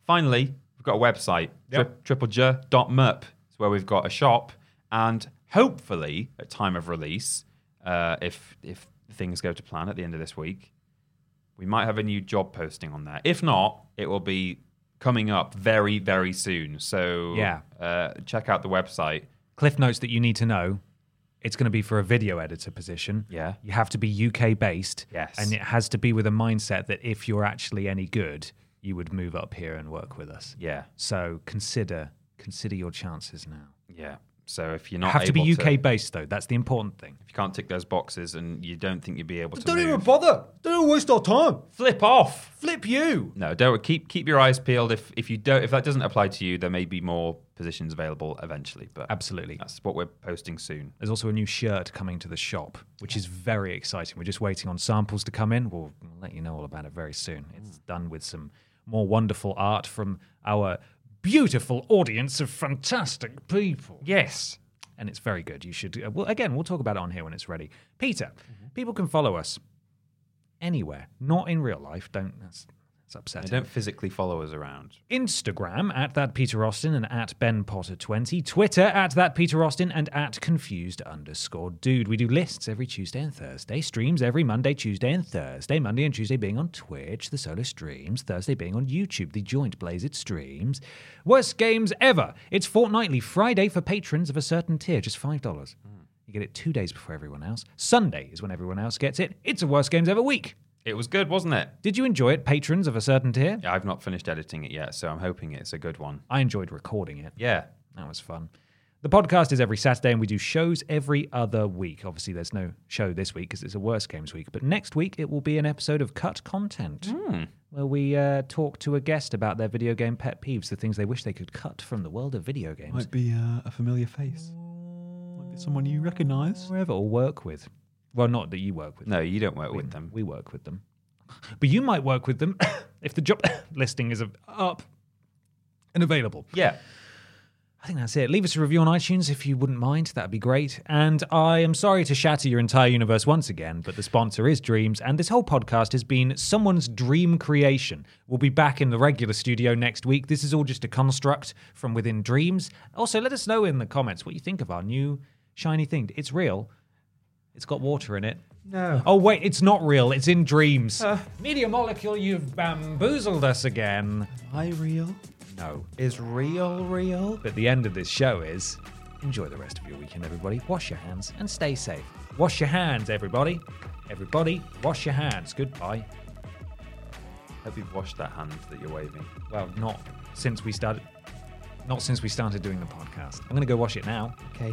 B: Finally, we've got a website,
A: Yep.
B: tri- triplej.merp. It's where we've got a shop. And hopefully, at time of release, uh, if if things go to plan at the end of this week, we might have a new job posting on there. If not, it will be coming up very, very soon. So
A: Yeah.
B: uh, check out the website.
A: Cliff notes that you need to know. It's going to be for a video editor position.
B: Yeah.
A: You have to be UK based.
B: Yes.
A: And it has to be with a mindset that if you're actually any good, you would move up here and work with us.
B: Yeah,
A: So consider consider your chances now.
B: yeah. So if you're not
A: have to be
B: able
A: UK based though. That's the important thing.
B: if you can't tick those boxes and you don't think you'd be able to, move,
A: bother. Don't even waste our time.
B: flip off.
A: Flip you.
B: No, don't keep keep your eyes peeled. If if you don't, if that doesn't apply to you, there may be more positions available eventually. But
A: Absolutely.
B: that's what we're posting soon.
A: There's also a new shirt coming to the shop, which is very exciting. We're just waiting on samples to come in. We'll we'll let you know all about it very soon.
B: Hmm.
A: It's done with some more wonderful art from our beautiful audience of fantastic people. Yes. And it's very good. You should, uh, well, again, we'll talk about it on here when it's ready. Peter,
B: Mm-hmm.
A: people can follow us anywhere, not in real life. Don't, that's, that's
B: They
A: upsetting.
B: don't physically follow us around.
A: Instagram at that Peter Austin and at Ben Potter twenty, Twitter at that Peter Austin and at confused underscore dude. We do lists every Tuesday and Thursday, streams every Monday, Tuesday and Thursday, Monday and Tuesday being on Twitch, the solo streams, Thursday being on YouTube, the joint Blazed streams. Worst games ever. It's fortnightly Friday for patrons of a certain tier, just five dollars. You get it two days before everyone else. Sunday is when everyone else gets it. It's a worst games ever week.
B: It was good, wasn't it?
A: Did you enjoy it, patrons of a certain tier?
B: Yeah, I've not finished editing it yet, so I'm hoping it's a good one.
A: I enjoyed recording it.
B: Yeah.
A: That was fun. The podcast is every Saturday, and we do shows every other week. Obviously, there's no show this week because it's a worst games week. But next week, it will be an episode of Cut Content,
B: Hmm.
A: where we uh, talk to a guest about their video game pet peeves, the things they wish they could cut from the world of video games,
F: be uh, a familiar face. Might be someone you recognise.
A: wherever or work with. Well, not that you work with.
B: No, you don't work with them.
A: We work with them, but you might work with them if the job listing is up and available.
B: Yeah.
A: I think that's it. Leave us a review on iTunes if you wouldn't mind. That'd be great. And I am sorry to shatter your entire universe once again, but the sponsor is Dreams, and this whole podcast has been someone's dream creation. We'll be back in the regular studio next week. This is all just a construct from within Dreams. Also, let us know in the comments what you think of our new shiny thing. It's real. It's got water in it.
B: No.
A: Oh wait, it's not real. It's in Dreams. Media molecule, you've bamboozled us again.
F: I real.
A: No.
B: Is real real?
A: But the end of this show is enjoy the rest of your weekend, everybody. Wash your hands and stay safe. Wash your hands, everybody. Everybody, wash your hands. Goodbye.
B: Hope you've washed that hand that you're waving.
A: Well, not since we started. Not since we started doing the podcast. I'm gonna go wash it now.
B: Okay.